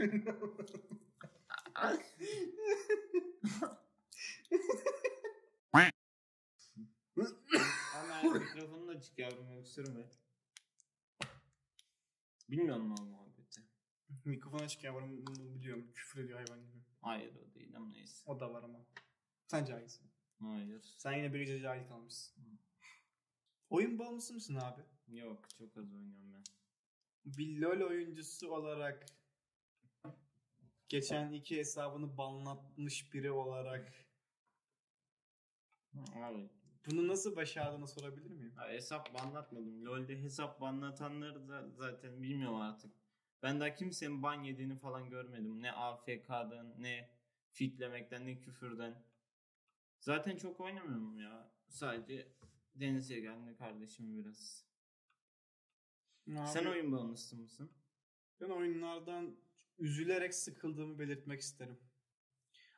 Speaker 1: Ama mikrofonunu da çık yavrum öksürme. Bilmiyorum mu o muhabbeti?
Speaker 2: Mikrofon açık yavrum bunu biliyorum. Küfür ediyor hayvan gibi.
Speaker 1: Hayır o değil ama neyse.
Speaker 2: O da var ama. Sen cahilsin.
Speaker 1: Hayır.
Speaker 2: Sen yine bir cahil kalmışsın. Oyun bağımlısı mısın abi?
Speaker 1: Yok çok az oynuyorum ben.
Speaker 2: bir LoL oyuncusu olarak geçen iki hesabını banlatmış biri olarak
Speaker 1: Abi
Speaker 2: bunu nasıl başardığını sorabilir miyim?
Speaker 1: Ya hesap banlatmadım. LoL'de hesap banlatanları da zaten bilmiyorum artık. Ben daha kimsenin ban yediğini falan görmedim. Ne AFK'dan, ne fitlemekten, ne küfürden. Zaten çok oynamıyorum ya. Sadece Deniz Yegen'le kardeşim biraz. Sen
Speaker 2: Abi,
Speaker 1: oyun bağımlısı mısın?
Speaker 2: ben oyunlardan üzülerek sıkıldığımı belirtmek isterim.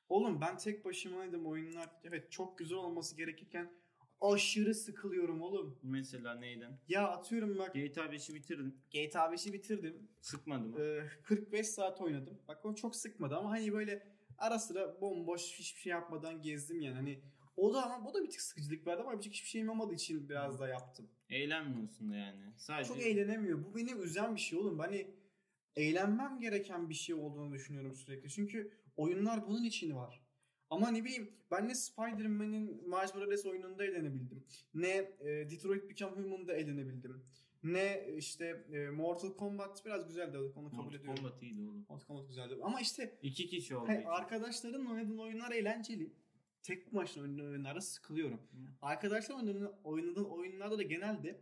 Speaker 2: Oğlum ben tek başımaydım oyunlar. Evet çok güzel olması gerekirken aşırı sıkılıyorum oğlum.
Speaker 1: Mesela neyden?
Speaker 2: Ya atıyorum bak
Speaker 1: GTA 5'i bitirdim.
Speaker 2: GTA 5'i bitirdim.
Speaker 1: Sıkmadı mı?
Speaker 2: Ee, 45 saat oynadım. Bak o çok sıkmadı ama hani böyle Ara sıra bomboş hiçbir şey yapmadan gezdim yani. Hani o da ama bu da bir tık sıkıcılık verdi ama yapacak hiçbir şeyim olmadığı için biraz da yaptım.
Speaker 1: Eğlenmiyorsun da yani. Sadece
Speaker 2: Çok eğlenemiyor. Bu beni üzen bir şey oğlum. Hani eğlenmem gereken bir şey olduğunu düşünüyorum sürekli. Çünkü oyunlar bunun için var. Ama ne bileyim ben ne Spider-Man'in Miles Morales oyununda eğlenebildim. Ne e, Detroit Become Human'da eğlenebildim. Ne işte e, Mortal Kombat biraz güzeldi onu kabul
Speaker 1: Mortal
Speaker 2: ediyorum.
Speaker 1: Kombat iyiydi oğlum.
Speaker 2: Mortal Kombat güzeldi. Ama işte
Speaker 1: İki kişi olduğu
Speaker 2: Hey,
Speaker 1: için.
Speaker 2: arkadaşların oynadığın oyunlar eğlenceli. Tek başına oynadığın oyunlara sıkılıyorum.
Speaker 1: Hı.
Speaker 2: Arkadaşlar oynadığın, oynadığın oyunlarda da genelde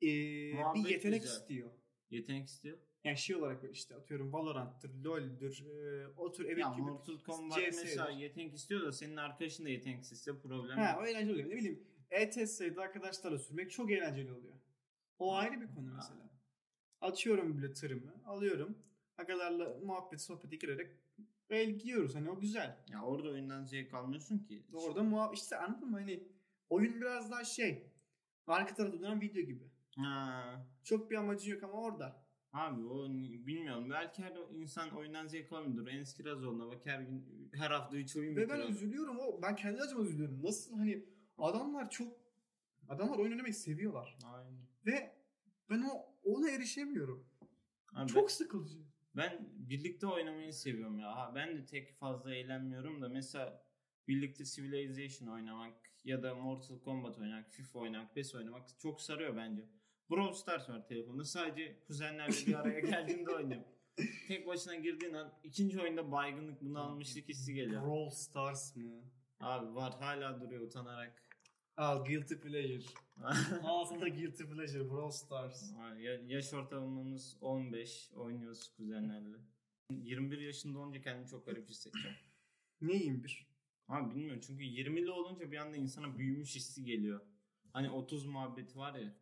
Speaker 2: eee, bir
Speaker 1: Muhabbet
Speaker 2: yetenek
Speaker 1: güzel.
Speaker 2: istiyor.
Speaker 1: Yetenek istiyor.
Speaker 2: Yani şey olarak böyle işte atıyorum Valorant'tır, LoL'dür, eee, o tür evet
Speaker 1: ya
Speaker 2: gibi.
Speaker 1: Mortal Kombat
Speaker 2: CS 'dir.
Speaker 1: mesela yetenek istiyor da senin arkadaşın da yetenek istese problem
Speaker 2: Ha,
Speaker 1: yok.
Speaker 2: o eğlenceli oluyor. Ne bileyim ETS'de arkadaşlarla sürmek çok eğlenceli oluyor. O ayrı bir konu
Speaker 1: Ha.
Speaker 2: mesela. Açıyorum bile tırımı, alıyorum. Agalarla muhabbet, sohbete girerek el giyiyoruz. Hani o güzel.
Speaker 1: Ya orada oyundan zevk almıyorsun ki.
Speaker 2: Orada muhab işte anladın mı hani oyun biraz daha şey arka tarafta duran video gibi.
Speaker 1: Ha.
Speaker 2: Çok bir amacı yok ama orada.
Speaker 1: Abi o ni- bilmiyorum. Belki her insan oyundan zevk almıyordur. Enes Kirazoğlu'na bak her gün her hafta 3 oyun
Speaker 2: Ve ben
Speaker 1: bitiriyor.
Speaker 2: üzülüyorum o ben kendi acıma üzülüyorum. Nasıl hani adamlar çok adamlar oyun oynamayı seviyorlar
Speaker 1: Aynen.
Speaker 2: ve ben o ona erişemiyorum.
Speaker 1: Abi ben-
Speaker 2: Çok sıkıcı.
Speaker 1: Ben birlikte oynamayı seviyorum ya. Ha, ben de tek fazla eğlenmiyorum da mesela birlikte Civilization oynamak ya da Mortal Kombat oynamak, FIFA oynamak, PES oynamak çok sarıyor bence. Brawl Stars var telefonda. Sadece kuzenlerle bir araya geldiğimde oynuyorum. Tek başına girdiğin an ikinci oyunda baygınlık, bunalmışlık hissi geliyor.
Speaker 2: Brawl Stars mı?
Speaker 1: Abi var hala duruyor utanarak. *laughs*
Speaker 2: Al Guilty Pleasure. Al sana Guilty Pleasure Brawl Stars.
Speaker 1: Ay, ya- Yaş ortalamamız 15. Oynuyoruz kuzenlerle. 21 yaşında olunca kendimi çok garip hissedeceğim.
Speaker 2: Neyim bir?
Speaker 1: Abi bilmiyorum çünkü 20'li olunca bir anda insana büyümüş hissi geliyor. Hani 30 muhabbeti var ya.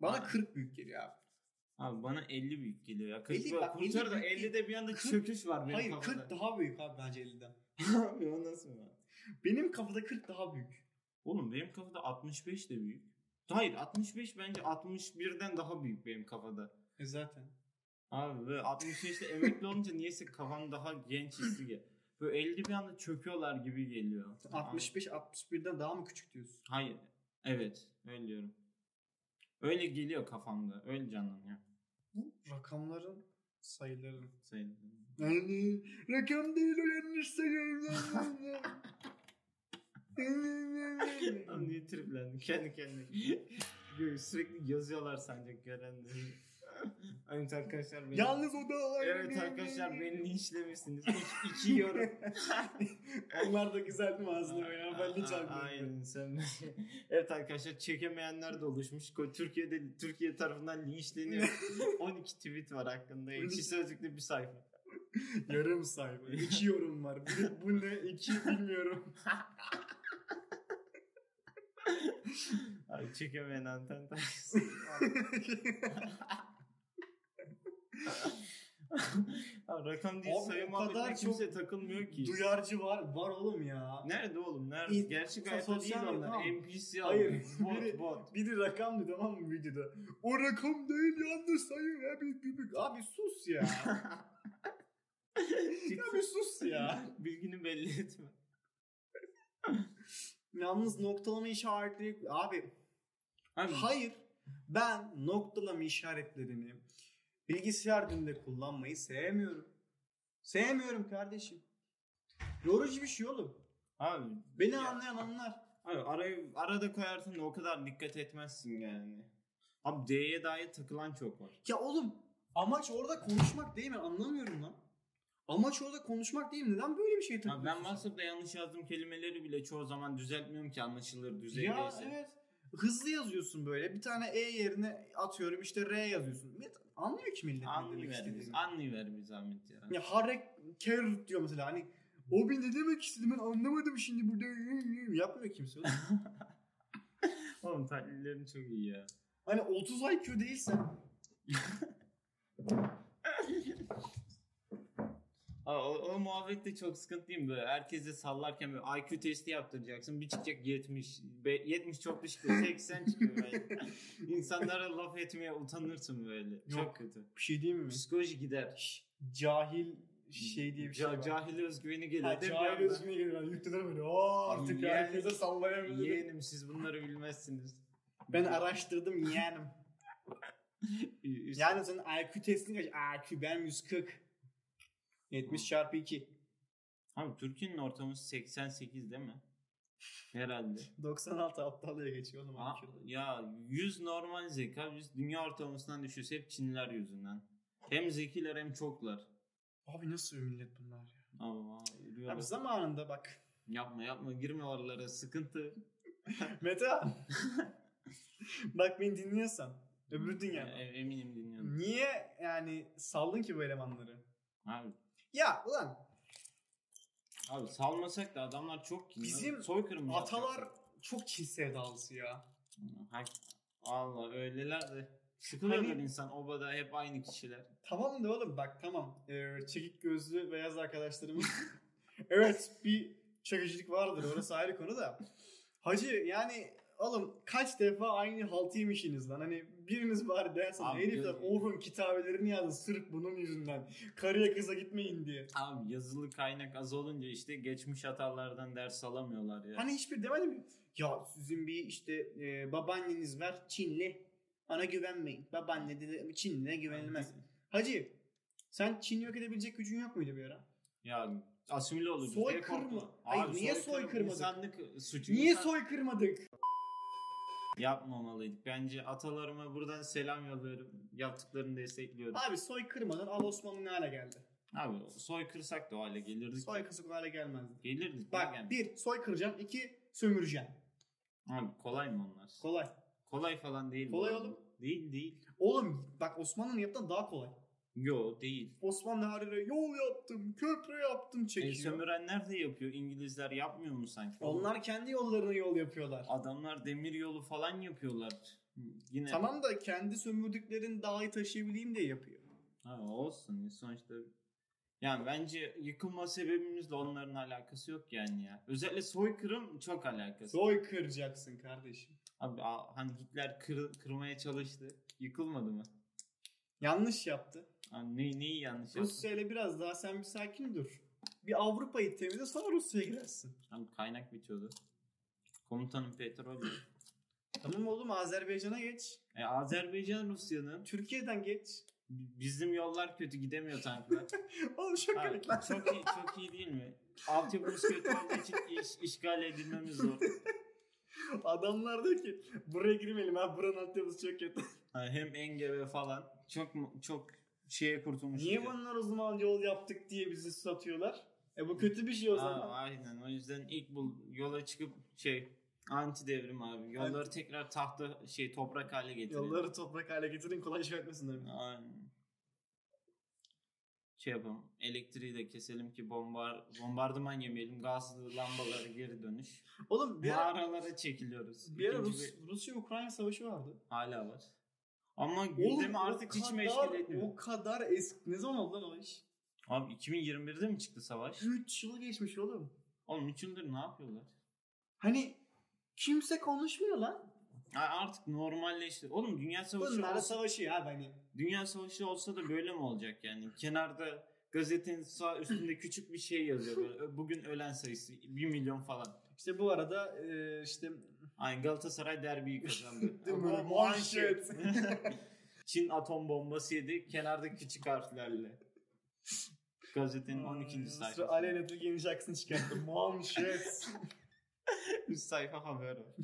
Speaker 2: Bana
Speaker 1: Ha.
Speaker 2: 40 büyük geliyor abi.
Speaker 1: Abi bana 50 büyük geliyor ya. 40
Speaker 2: 50
Speaker 1: böyle
Speaker 2: bak,
Speaker 1: kurtar
Speaker 2: 50
Speaker 1: da
Speaker 2: büyük
Speaker 1: 50'de bir anda
Speaker 2: 40
Speaker 1: çöküş var benim
Speaker 2: Hayır
Speaker 1: kafamda.
Speaker 2: 40 daha büyük abi bence *laughs* 50'den.
Speaker 1: Abi o nasıl var?
Speaker 2: Benim kafada 40 daha büyük.
Speaker 1: Oğlum benim kafada 65 de büyük. Hayır 65 bence 61'den daha büyük benim kafada.
Speaker 2: E zaten.
Speaker 1: Abi böyle *laughs* 65'te emekli olunca niyeyse kafam daha genç hissi geliyor. Böyle 50 bir anda çöküyorlar gibi geliyor.
Speaker 2: 65 61'den daha mı küçük diyorsun?
Speaker 1: Hayır. Evet. Öyle diyorum. Öyle geliyor kafamda. Öyle canlanıyor.
Speaker 2: Bu rakamların sayıları.
Speaker 1: Sayın.
Speaker 2: Yani rakam değil o yanlış
Speaker 1: *laughs*
Speaker 2: sayı.
Speaker 1: Lan niye triplendi kendi kendine? Böyle Sürekli yazıyorlar sancak görenleri. Evet arkadaşlar beni...
Speaker 2: Yalnız o da
Speaker 1: Evet arkadaşlar beni
Speaker 2: *laughs*
Speaker 1: linçlemişsiniz. İki, iki yorum.
Speaker 2: Onlar da güzel mi ağzını böyle haberli çalmıyor.
Speaker 1: Aynen sen. evet arkadaşlar çekemeyenler de oluşmuş. Ko- Türkiye'de Türkiye tarafından
Speaker 2: *laughs*
Speaker 1: linçleniyor. 12 tweet var hakkında. Ekşi sözlükte bir sayfa.
Speaker 2: Yarım sayfa. İki yorum var. Biri bu ne? İki bilmiyorum. *laughs*
Speaker 1: Abi çekemeyen anten
Speaker 2: *laughs*
Speaker 1: taksın. Abi Rakam değil
Speaker 2: Abi o
Speaker 1: sayı
Speaker 2: kadar
Speaker 1: muhabbetine
Speaker 2: çok
Speaker 1: kimse takılmıyor ki.
Speaker 2: Duyarcı var. Var oğlum ya.
Speaker 1: Nerede oğlum? Nerede?
Speaker 2: İn-
Speaker 1: Gerçek
Speaker 2: so-
Speaker 1: hayatta değil
Speaker 2: sosyal medya,
Speaker 1: onlar.
Speaker 2: tamam.
Speaker 1: NPC
Speaker 2: Hayır.
Speaker 1: alıyor.
Speaker 2: Biri-
Speaker 1: Bot
Speaker 2: *laughs*
Speaker 1: bot.
Speaker 2: Biri rakamdı tamam mı videoda? O rakam değil yanlış sayı. Abi, abi sus *laughs* ya. ya bir sus ya.
Speaker 1: Bilgini belli etme.
Speaker 2: Yalnız noktalama işaretleri... Abi
Speaker 1: Abi,
Speaker 2: hayır. Ben noktalama işaretlerini bilgisayar dilinde kullanmayı sevmiyorum. Sevmiyorum kardeşim. Yorucu bir şey oğlum.
Speaker 1: abi,
Speaker 2: Beni
Speaker 1: Ya.
Speaker 2: anlayan anlar.
Speaker 1: abi arayı, arada koyarsın da o kadar dikkat etmezsin yani. Abi D'ye dair takılan çok var.
Speaker 2: Ya oğlum amaç orada konuşmak değil mi? Anlamıyorum lan. Amaç orada konuşmak değil mi? Neden böyle bir şey
Speaker 1: Abi
Speaker 2: takıyorsun?
Speaker 1: ben WhatsApp'ta yanlış yazdığım kelimeleri bile çoğu zaman düzeltmiyorum ki anlaşılır düzeydeyse.
Speaker 2: Ya evet. Hızlı yazıyorsun böyle. Bir tane E yerine atıyorum işte R yazıyorsun. Millet Anlıyor ki millet ne demek
Speaker 1: Anlayıver
Speaker 2: istediğini.
Speaker 1: bir, anlayıver bir zahmet ya.
Speaker 2: Ya harek ker diyor mesela hani o bir ne demek istedi ben anlamadım şimdi burada yapmıyor kimse. *laughs* oğlum.
Speaker 1: Oğlum tahlillerin çok iyi ya.
Speaker 2: hani 30 IQ değilse
Speaker 1: Aa, o, o muhabbet de çok sıkıntı değil mi? Böyle herkese sallarken böyle IQ testi yaptıracaksın. Bir çıkacak 70. Be- 70 çok düşük. 80 çıkıyor
Speaker 2: *laughs*
Speaker 1: böyle. İnsanlara laf etmeye utanırsın böyle.
Speaker 2: Yok.
Speaker 1: Çok kötü.
Speaker 2: bir şey diyeyim mi?
Speaker 1: Psikoloji gider.
Speaker 2: Cahil şey diye bir şey
Speaker 1: Ca-
Speaker 2: var.
Speaker 1: Cahil özgüveni geliyor.
Speaker 2: Adem
Speaker 1: Çağırma.
Speaker 2: bir gözüne geliyor. Yükteler böyle. Aa, artık
Speaker 1: Yeğen-
Speaker 2: herkese sallayabilirim.
Speaker 1: Yeğenim siz bunları bilmezsiniz.
Speaker 2: Ben araştırdım yeğenim.
Speaker 1: Üst-
Speaker 2: Yani sen IQ testini kaç? IQ ben 140. 70 çarpı 2.
Speaker 1: Abi Türkiye'nin ortamı 88 değil mi? Herhalde.
Speaker 2: 96 aptallığa geçiyor oğlum.
Speaker 1: Aa, ya 100 normal zeka biz dünya ortalamasından düşüyoruz hep Çinliler yüzünden. Hem zekiler hem çoklar.
Speaker 2: Abi nasıl millet bunlar ya?
Speaker 1: Ama
Speaker 2: Abi
Speaker 1: yürüyorlar.
Speaker 2: zamanında bak. *laughs*
Speaker 1: Yapma yapma girme oralara sıkıntı.
Speaker 2: Mete *laughs* bak beni dinliyorsan. Öbür dünya.
Speaker 1: E- eminim dinliyorum.
Speaker 2: Niye yani saldın ki bu elemanları? Hmm.
Speaker 1: Abi,
Speaker 2: Ya ulan
Speaker 1: abi salmasak da adamlar çok kinli.
Speaker 2: Bizim
Speaker 1: soykırım yapacak. şey
Speaker 2: atalar çok Çin sevdalısı ya.
Speaker 1: Ha, Allah öyleler de. Sıkılıyordur
Speaker 2: Hani-
Speaker 1: insan obada hep aynı kişiler.
Speaker 2: Tamam da oğlum bak tamam. Ee, çekik gözlü
Speaker 1: *laughs*
Speaker 2: beyaz arkadaşlarımız. evet bir çekicilik vardır orası ayrı konu da. Hacı yani oğlum kaç defa aynı haltı yemişsiniz lan. Hani biriniz bari dersin.
Speaker 1: Abi,
Speaker 2: Herifler
Speaker 1: göz-
Speaker 2: Orhun kitabelerini yazdı sırf bunun yüzünden. Karıya kıza gitmeyin diye.
Speaker 1: Abi yazılı kaynak az olunca işte geçmiş hatalardan ders alamıyorlar ya.
Speaker 2: Hani hiçbir demedi mi? Ya sizin bir işte e, babaanneniz var Çinli. Ona güvenmeyin. Babaanne dedi Çinli'ne güvenilmez. Hacı sen Çin'i yok edebilecek gücün yok muydu bir ara?
Speaker 1: Ya asimile olucu.
Speaker 2: Soykırma. Hayır, niye soykırmadık?
Speaker 1: İnsanlık suçu.
Speaker 2: Niye
Speaker 1: İnsan-
Speaker 2: soykırmadık?
Speaker 1: Yapmamalıydık. Bence atalarıma buradan selam yolluyorum. Yaptıklarını destekliyorum.
Speaker 2: Abi soykırmadan Al Osmanlı ne hale geldi?
Speaker 1: Abi soykırsak da o hale gelirdik.
Speaker 2: Soykırsak o hale gelmezdi.
Speaker 1: Gelirdik.
Speaker 2: Bak
Speaker 1: yani.
Speaker 2: bir soykıracaksın, iki sömüreceksin.
Speaker 1: Abi kolay mı onlar?
Speaker 2: Kolay.
Speaker 1: kolay falan değil. bu
Speaker 2: Kolay
Speaker 1: arada.
Speaker 2: oğlum.
Speaker 1: Değil değil.
Speaker 2: Oğlum bak Osmanlı'nın yaptığı daha kolay.
Speaker 1: Yo değil.
Speaker 2: Osmanlı her yere yol yaptım, köprü yaptım
Speaker 1: E,
Speaker 2: çekiyor.
Speaker 1: sömürenler de yapıyor. İngilizler yapmıyor mu sanki?
Speaker 2: Onlar kendi yollarına yol yapıyorlar.
Speaker 1: Adamlar demir yolu falan yapıyorlar. Yine
Speaker 2: Tamam da kendi sömürdüklerini daha iyi taşıyabileyim diye yapıyor.
Speaker 1: Ha, olsun sonuçta. Yani bence yıkılma sebebimizle onların alakası yok yani ya. Özellikle soykırım çok alakası.
Speaker 2: Soy kıracaksın kardeşim.
Speaker 1: Abi a- hani Hitler kır- kırmaya çalıştı. Yıkılmadı mı?
Speaker 2: Yanlış yaptı.
Speaker 1: Abi ne, neyi yanlış yaptı?
Speaker 2: Rusya ile biraz daha sen bir sakin dur. Bir Avrupa'yı temizle sonra Rusya'ya girersin.
Speaker 1: Abi kaynak bitiyordu. Komutanım petrol. yok.
Speaker 2: Tamam oğlum Azerbaycan'a geç.
Speaker 1: e, Azerbaycan Rusya'nın
Speaker 2: Türkiye'den geç. *laughs*
Speaker 1: bizim yollar kötü gidemiyor tankiler.
Speaker 2: Oğlum
Speaker 1: Abi,
Speaker 2: şakalık lan.
Speaker 1: çok iyi, çok iyi değil mi? Altyapımız kötü olduğu için iş, işgal edilmemiz zor.
Speaker 2: Adamlar diyor ki buraya girmeyelim ha buranın altyapısı çok
Speaker 1: *laughs*
Speaker 2: kötü.
Speaker 1: Ha, hem engebe falan çok mu- çok şeye kurtulmuş.
Speaker 2: Niye
Speaker 1: bir-
Speaker 2: bunlar o zaman yol yaptık diye bizi satıyorlar? E bu kötü bir şey o
Speaker 1: Aa,
Speaker 2: zaman.
Speaker 1: aynen o yüzden ilk bu yola çıkıp şey anti devrim abi. Yolları
Speaker 2: Aynen.
Speaker 1: tekrar tahta şey toprak hale getirelim.
Speaker 2: Yolları toprak hale getirin kolay iş yapmasınlar.
Speaker 1: Aynen. Şey yapalım. Elektriği de keselim ki bombar bombardıman yemeyelim. Gazlı lambalara geri dönüş.
Speaker 2: Oğlum bir ara,
Speaker 1: Mağaralara çekiliyoruz.
Speaker 2: bir ara
Speaker 1: İkinci
Speaker 2: Rus,
Speaker 1: bir-
Speaker 2: Rusya-Ukrayna savaşı vardı.
Speaker 1: hala var. Ama gündemi artık hiç meşgul etmiyor.
Speaker 2: O kadar eski. Ne zaman oldu lan o iş?
Speaker 1: Abi 2021'de mi çıktı savaş?
Speaker 2: 3 yıl geçmiş oğlum.
Speaker 1: Oğlum 3 yıldır ne yapıyorlar?
Speaker 2: Hani kimse konuşmuyor lan.
Speaker 1: Ha, artık normalleşti. Oğlum dünya savaşı
Speaker 2: Bunlar da
Speaker 1: olsa-
Speaker 2: savaşı ya hani.
Speaker 1: Dünya Savaşı olsa da böyle mi olacak yani? Kenarda gazetenin sağ üstünde küçük bir şey yazıyor. Böyle,
Speaker 2: *laughs*
Speaker 1: "Ö- Bugün ölen sayısı 1 milyon falan.
Speaker 2: İşte bu arada e, işte
Speaker 1: Aynı Galatasaray
Speaker 2: *laughs*
Speaker 1: derbiyi kazandı.
Speaker 2: Değil mi?
Speaker 1: Ama
Speaker 2: Manşet.
Speaker 1: *laughs* Çin atom bombası yedi. Kenarda küçük harflerle. Gazetenin 12. sayfası.
Speaker 2: Aleyna Tilki'nin şarkısını çıkarttı. Mom shit.
Speaker 1: *laughs* Üst sayfa haber var.
Speaker 2: *laughs*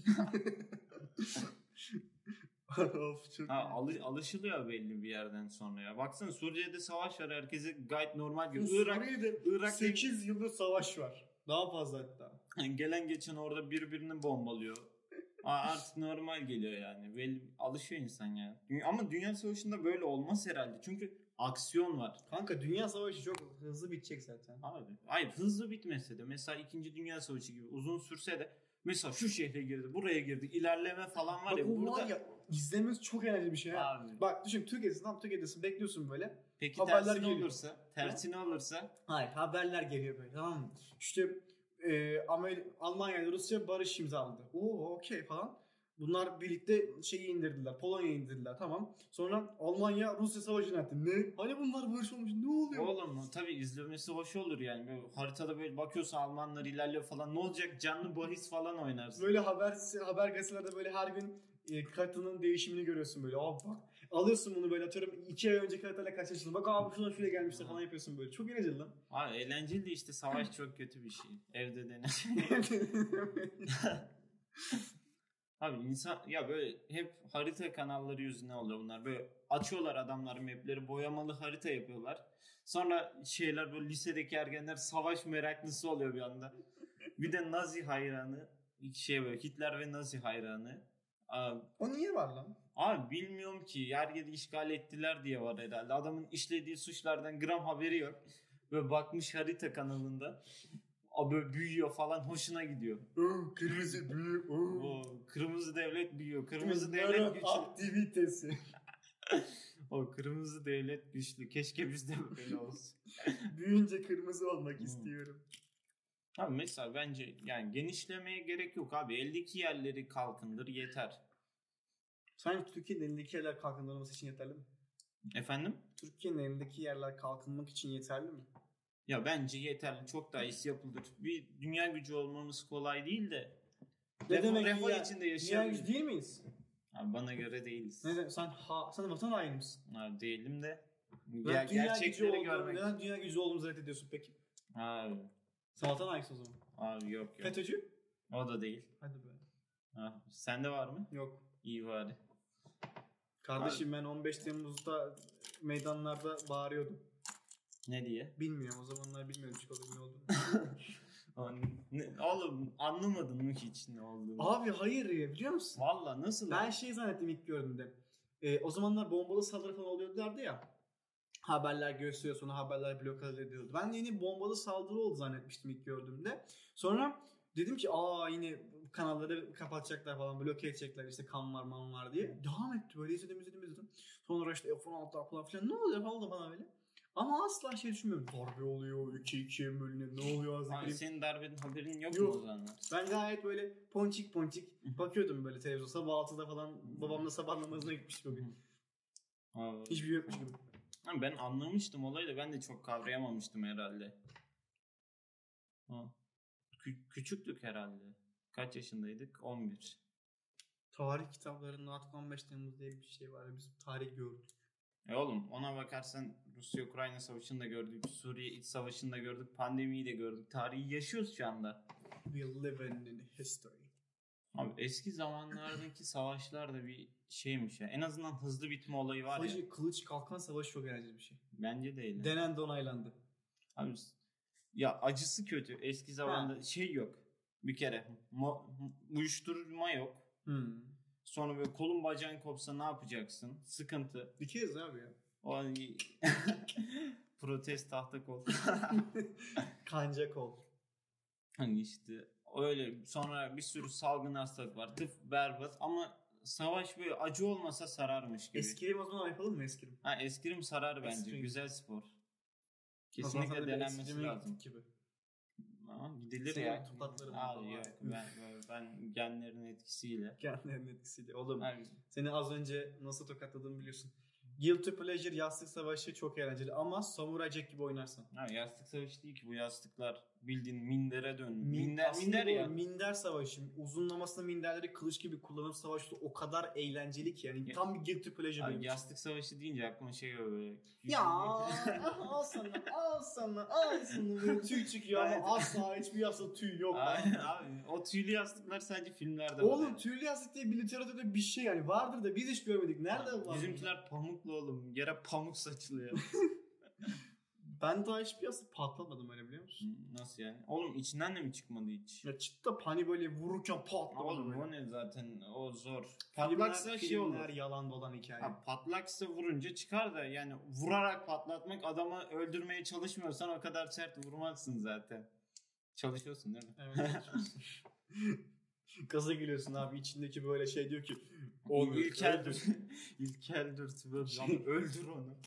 Speaker 2: of çok
Speaker 1: Ha, alı- alışılıyor belli bir yerden sonra ya. Baksana Suriye'de savaş var. Herkese gayet normal
Speaker 2: iyi.
Speaker 1: görüyor. Irak,
Speaker 2: Suriye'de
Speaker 1: Irak
Speaker 2: 8 yıldır savaş var. Daha fazla hatta.
Speaker 1: Yani gelen geçen orada birbirini bombalıyor. Aa, Artık normal geliyor yani. Belli, alışıyor insan ya. Dü- Ama Dünya Savaşı'nda böyle olmaz herhalde. Çünkü aksiyon var.
Speaker 2: Kanka dünya savaşı çok hızlı bitecek zaten.
Speaker 1: Abi. Hayır hızlı bitmese de mesela 2. Dünya Savaşı gibi uzun sürse de mesela şu şehre girdi buraya girdi ilerleme falan var
Speaker 2: Bak
Speaker 1: ya
Speaker 2: o
Speaker 1: burada.
Speaker 2: var ya izlemesi çok eğlenceli bir şey ha.
Speaker 1: Abi.
Speaker 2: Bak düşün Türkiye'desin tam Türkiye'desin bekliyorsun böyle.
Speaker 1: Peki
Speaker 2: haberler
Speaker 1: tersine
Speaker 2: geliyor.
Speaker 1: olursa tersine olursa
Speaker 2: Hayır haberler geliyor böyle tamam mı? İşte e, Amer- Almanya ile Rusya barış imzaladı. Oo okey falan. Bunlar birlikte şeyi indirdiler. Polonya'yı indirdiler. Tamam. Sonra Almanya Rusya savaşını yaptı. Ne? Hani bunlar barışmamış. Ne oluyor?
Speaker 1: Oğlum tabi izlemesi hoş olur yani. Böyle haritada böyle bakıyorsun Almanlar ilerliyor falan. Ne olacak canlı bahis falan oynarsın.
Speaker 2: Böyle haber haber gazetelerde böyle her gün e, haritanın değişimini görüyorsun böyle. Abi bak alıyorsun bunu böyle atıyorum iki ay önceki haritayla karşılaştın. Bak abi şuna şuraya gelmişler falan yapıyorsun böyle. Çok eğlenceli lan.
Speaker 1: Abi eğlenceli de işte savaş çok kötü bir şey. Evde dene. *laughs* Abi insan ya böyle hep harita kanalları yüzünden oluyor bunlar. Böyle açıyorlar adamlar mapleri boyamalı harita yapıyorlar. Sonra şeyler böyle lisedeki ergenler savaş meraklısı oluyor bir anda. Bir de Nazi hayranı. iki şey böyle Hitler ve Nazi hayranı. Abi,
Speaker 2: o niye var lan?
Speaker 1: abi bilmiyorum ki yer yeri işgal ettiler diye var herhalde. Adamın işlediği suçlardan gram haberi yok. Böyle bakmış harita kanalında. Abi böyle büyüyor falan hoşuna gidiyor.
Speaker 2: Oh, kırmızı büyük. Oh.
Speaker 1: O kırmızı devlet büyüyor. Kırmızı devlet güçlü.
Speaker 2: aktivitesi. *laughs*
Speaker 1: O kırmızı devlet güçlü. Keşke biz de
Speaker 2: *laughs*
Speaker 1: böyle olsun.
Speaker 2: Büyüyünce kırmızı olmak
Speaker 1: Hmm.
Speaker 2: istiyorum.
Speaker 1: Abi mesela bence yani genişlemeye gerek yok abi. Eldeki yerleri kalkındır yeter.
Speaker 2: Sanki Türkiye'nin elindeki yerler kalkındırılması için yeterli mi?
Speaker 1: Efendim?
Speaker 2: Türkiye'nin elindeki yerler kalkınmak için yeterli mi?
Speaker 1: Ya bence yeterli. Çok daha iyisi yapılır. Bir dünya gücü olmamız kolay değil de.
Speaker 2: Ne
Speaker 1: refah-
Speaker 2: demek
Speaker 1: refah
Speaker 2: dünya-
Speaker 1: içinde
Speaker 2: Dünya
Speaker 1: yaşayabiliriz.
Speaker 2: gücü değil miyiz?
Speaker 1: Abi bana göre değiliz.
Speaker 2: Neden? Sen, ha, sen vatan haini misin?
Speaker 1: Abi değilim de.
Speaker 2: Neden
Speaker 1: Ya,
Speaker 2: dünya gücü
Speaker 1: gerçekleri
Speaker 2: olduğunu,
Speaker 1: görmek.
Speaker 2: Neden dünya gücü olduğumuzu reddediyorsun peki?
Speaker 1: Abi,
Speaker 2: Sen vatan hainisin o zaman.
Speaker 1: abi yok yok.
Speaker 2: FETÖ'cü?
Speaker 1: O da değil.
Speaker 2: Hadi be.
Speaker 1: Ha, sende var mı?
Speaker 2: Yok.
Speaker 1: İyi bari.
Speaker 2: Kardeşim ben 15 Temmuz'da meydanlarda bağırıyordum.
Speaker 1: Ne diye?
Speaker 2: Bilmiyorum o zamanlar bilmiyordum çikolata
Speaker 1: *laughs*
Speaker 2: ne olduğunu.
Speaker 1: Lan ne- Oğlum anlamadın mı hiç ne olduğunu?
Speaker 2: Abi hayır ya biliyor musun?
Speaker 1: Valla nasıl?
Speaker 2: Ben
Speaker 1: Ben...
Speaker 2: şey zannettim ilk gördüğümde. Ee, o zamanlar bombalı saldırı falan oluyorlardı ya. Haberler gösteriyor sonra haberler blokaj ediyordu. Ben de yine bombalı saldırı oldu zannetmiştim ilk gördüğümde. Sonra dedim ki aa yine kanalları kapatacaklar falan bloke edecekler işte kan var man var diye. Devam etti böyle izledim izledim izledim. Sonra işte F-16 falan filan ne oluyor falan da bana böyle. Ama asla şey düşünmüyorum. Darbe oluyor, 2-2'ye bölünüyor, ne oluyor az
Speaker 1: Abi Hani senin darbenin haberin yok,
Speaker 2: Yok.
Speaker 1: mu o zamanlar?
Speaker 2: ben gayet böyle ponçik ponçik bakıyordum böyle televizyon. Sabah 6'da falan babamla sabah namazına gitmiş bugün.
Speaker 1: Abi-
Speaker 2: Hiçbir şey yokmuş gibi.
Speaker 1: Abi ben anlamıştım olayı da ben de çok kavrayamamıştım herhalde. Ha. Kü- küçüktük herhalde. Kaç yaşındaydık? 11.
Speaker 2: Tarih kitaplarında artık 15 Temmuz diye bir şey var. ya, Biz tarih gördük.
Speaker 1: E oğlum ona bakarsan Rusya-Ukrayna savaşını da gördük, Suriye iç savaşını da gördük, pandemiyi de gördük. Tarihi yaşıyoruz şu anda.
Speaker 2: We live in history.
Speaker 1: Abi eski zamanlardaki savaşlar da bir şeymiş ya. En azından hızlı bitme olayı var ya.
Speaker 2: Hacı kılıç kalkan savaşı çok eğlenceli bir şey.
Speaker 1: Bence de öyle.
Speaker 2: Denen de onaylandı.
Speaker 1: Abi s- ya acısı kötü. Eski zamanda şey yok. Bir kere ma- uyuşturma yok.
Speaker 2: Hmm.
Speaker 1: Sonra böyle kolun bacağın kopsa ne yapacaksın? Sıkıntı.
Speaker 2: Dikeriz abi ya.
Speaker 1: O an *laughs* protest tahta kol. *laughs*
Speaker 2: Kanca kol.
Speaker 1: hani işte öyle sonra bir sürü salgın hastalık var. Tıp berbat ama savaş böyle acı olmasa sararmış gibi.
Speaker 2: Eskirim o zaman yapalım mı eskirim?
Speaker 1: Ha, eskrim sarar bence.
Speaker 2: Eskrim.
Speaker 1: Güzel spor.
Speaker 2: O zaman sana
Speaker 1: Kesinlikle
Speaker 2: bir
Speaker 1: denenmesi
Speaker 2: eskirime
Speaker 1: lazım.
Speaker 2: gittik Gibi.
Speaker 1: Ama gidilir
Speaker 2: Sonra
Speaker 1: ya.
Speaker 2: tokatlarım
Speaker 1: Aa,
Speaker 2: baba.
Speaker 1: yok. Ben, ben genlerin etkisiyle.
Speaker 2: Kendilerinin etkisiyle. Oğlum
Speaker 1: Abi,
Speaker 2: Seni az önce nasıl tokatladığımı biliyorsun. Guilty Pleasure yastık savaşı çok eğlenceli ama Samurai Jack gibi oynarsan.
Speaker 1: abi yastık savaşı değil ki bu yastıklar bildiğin mindere dönmüş.
Speaker 2: Min-
Speaker 1: minder,
Speaker 2: aslında
Speaker 1: minder
Speaker 2: bu
Speaker 1: ya.
Speaker 2: Minder savaşı. Uzunlamasına minderleri kılıç gibi kullanıp savaşta o kadar eğlenceli ki yani.
Speaker 1: Ya-
Speaker 2: Tam bir Guilty Pleasure
Speaker 1: Abi
Speaker 2: benim için.
Speaker 1: yastık savaşı deyince aklıma şey geliyor böyle.
Speaker 2: Ya *laughs* al sana al sana al sana Böyle *laughs* tüy çıkıyor
Speaker 1: Evet.
Speaker 2: ama asla hiçbir yastık tüy yok.
Speaker 1: Abi, abi, o tüylü yastıklar sadece filmlerde var.
Speaker 2: Oğlum
Speaker 1: yani.
Speaker 2: tüylü yastık diye bir literatürde bir şey yani vardır da biz hiç görmedik. Nerede var?
Speaker 1: Bizimkiler pamuklu oğlum. Yere pamuk
Speaker 2: *laughs*
Speaker 1: saçılıyor.
Speaker 2: Ben daha hiçbir yastık patlamadım öyle biliyor musun?
Speaker 1: Nasıl yani? Oğlum içinden de mi çıkmadı hiç?
Speaker 2: Ya çıtta pani böyle vururken patlamadı.
Speaker 1: Oğlum
Speaker 2: böyle.
Speaker 1: o ne zaten o zor.
Speaker 2: Patlaksa
Speaker 1: Patlaksa
Speaker 2: filmler,
Speaker 1: şey olur.
Speaker 2: yalan dolan hikaye.
Speaker 1: Ha, patlaksa vurunca çıkar da yani vurarak patlatmak adamı öldürmeye çalışmıyorsan o kadar sert vurmazsın zaten. Çalışıyorsun değil mi?
Speaker 2: Evet. *laughs* Gaza geliyorsun abi içindeki böyle şey diyor ki
Speaker 1: İlkel *laughs*
Speaker 2: öldür.
Speaker 1: İlkel dürtü böyle. Lan Öldür onu.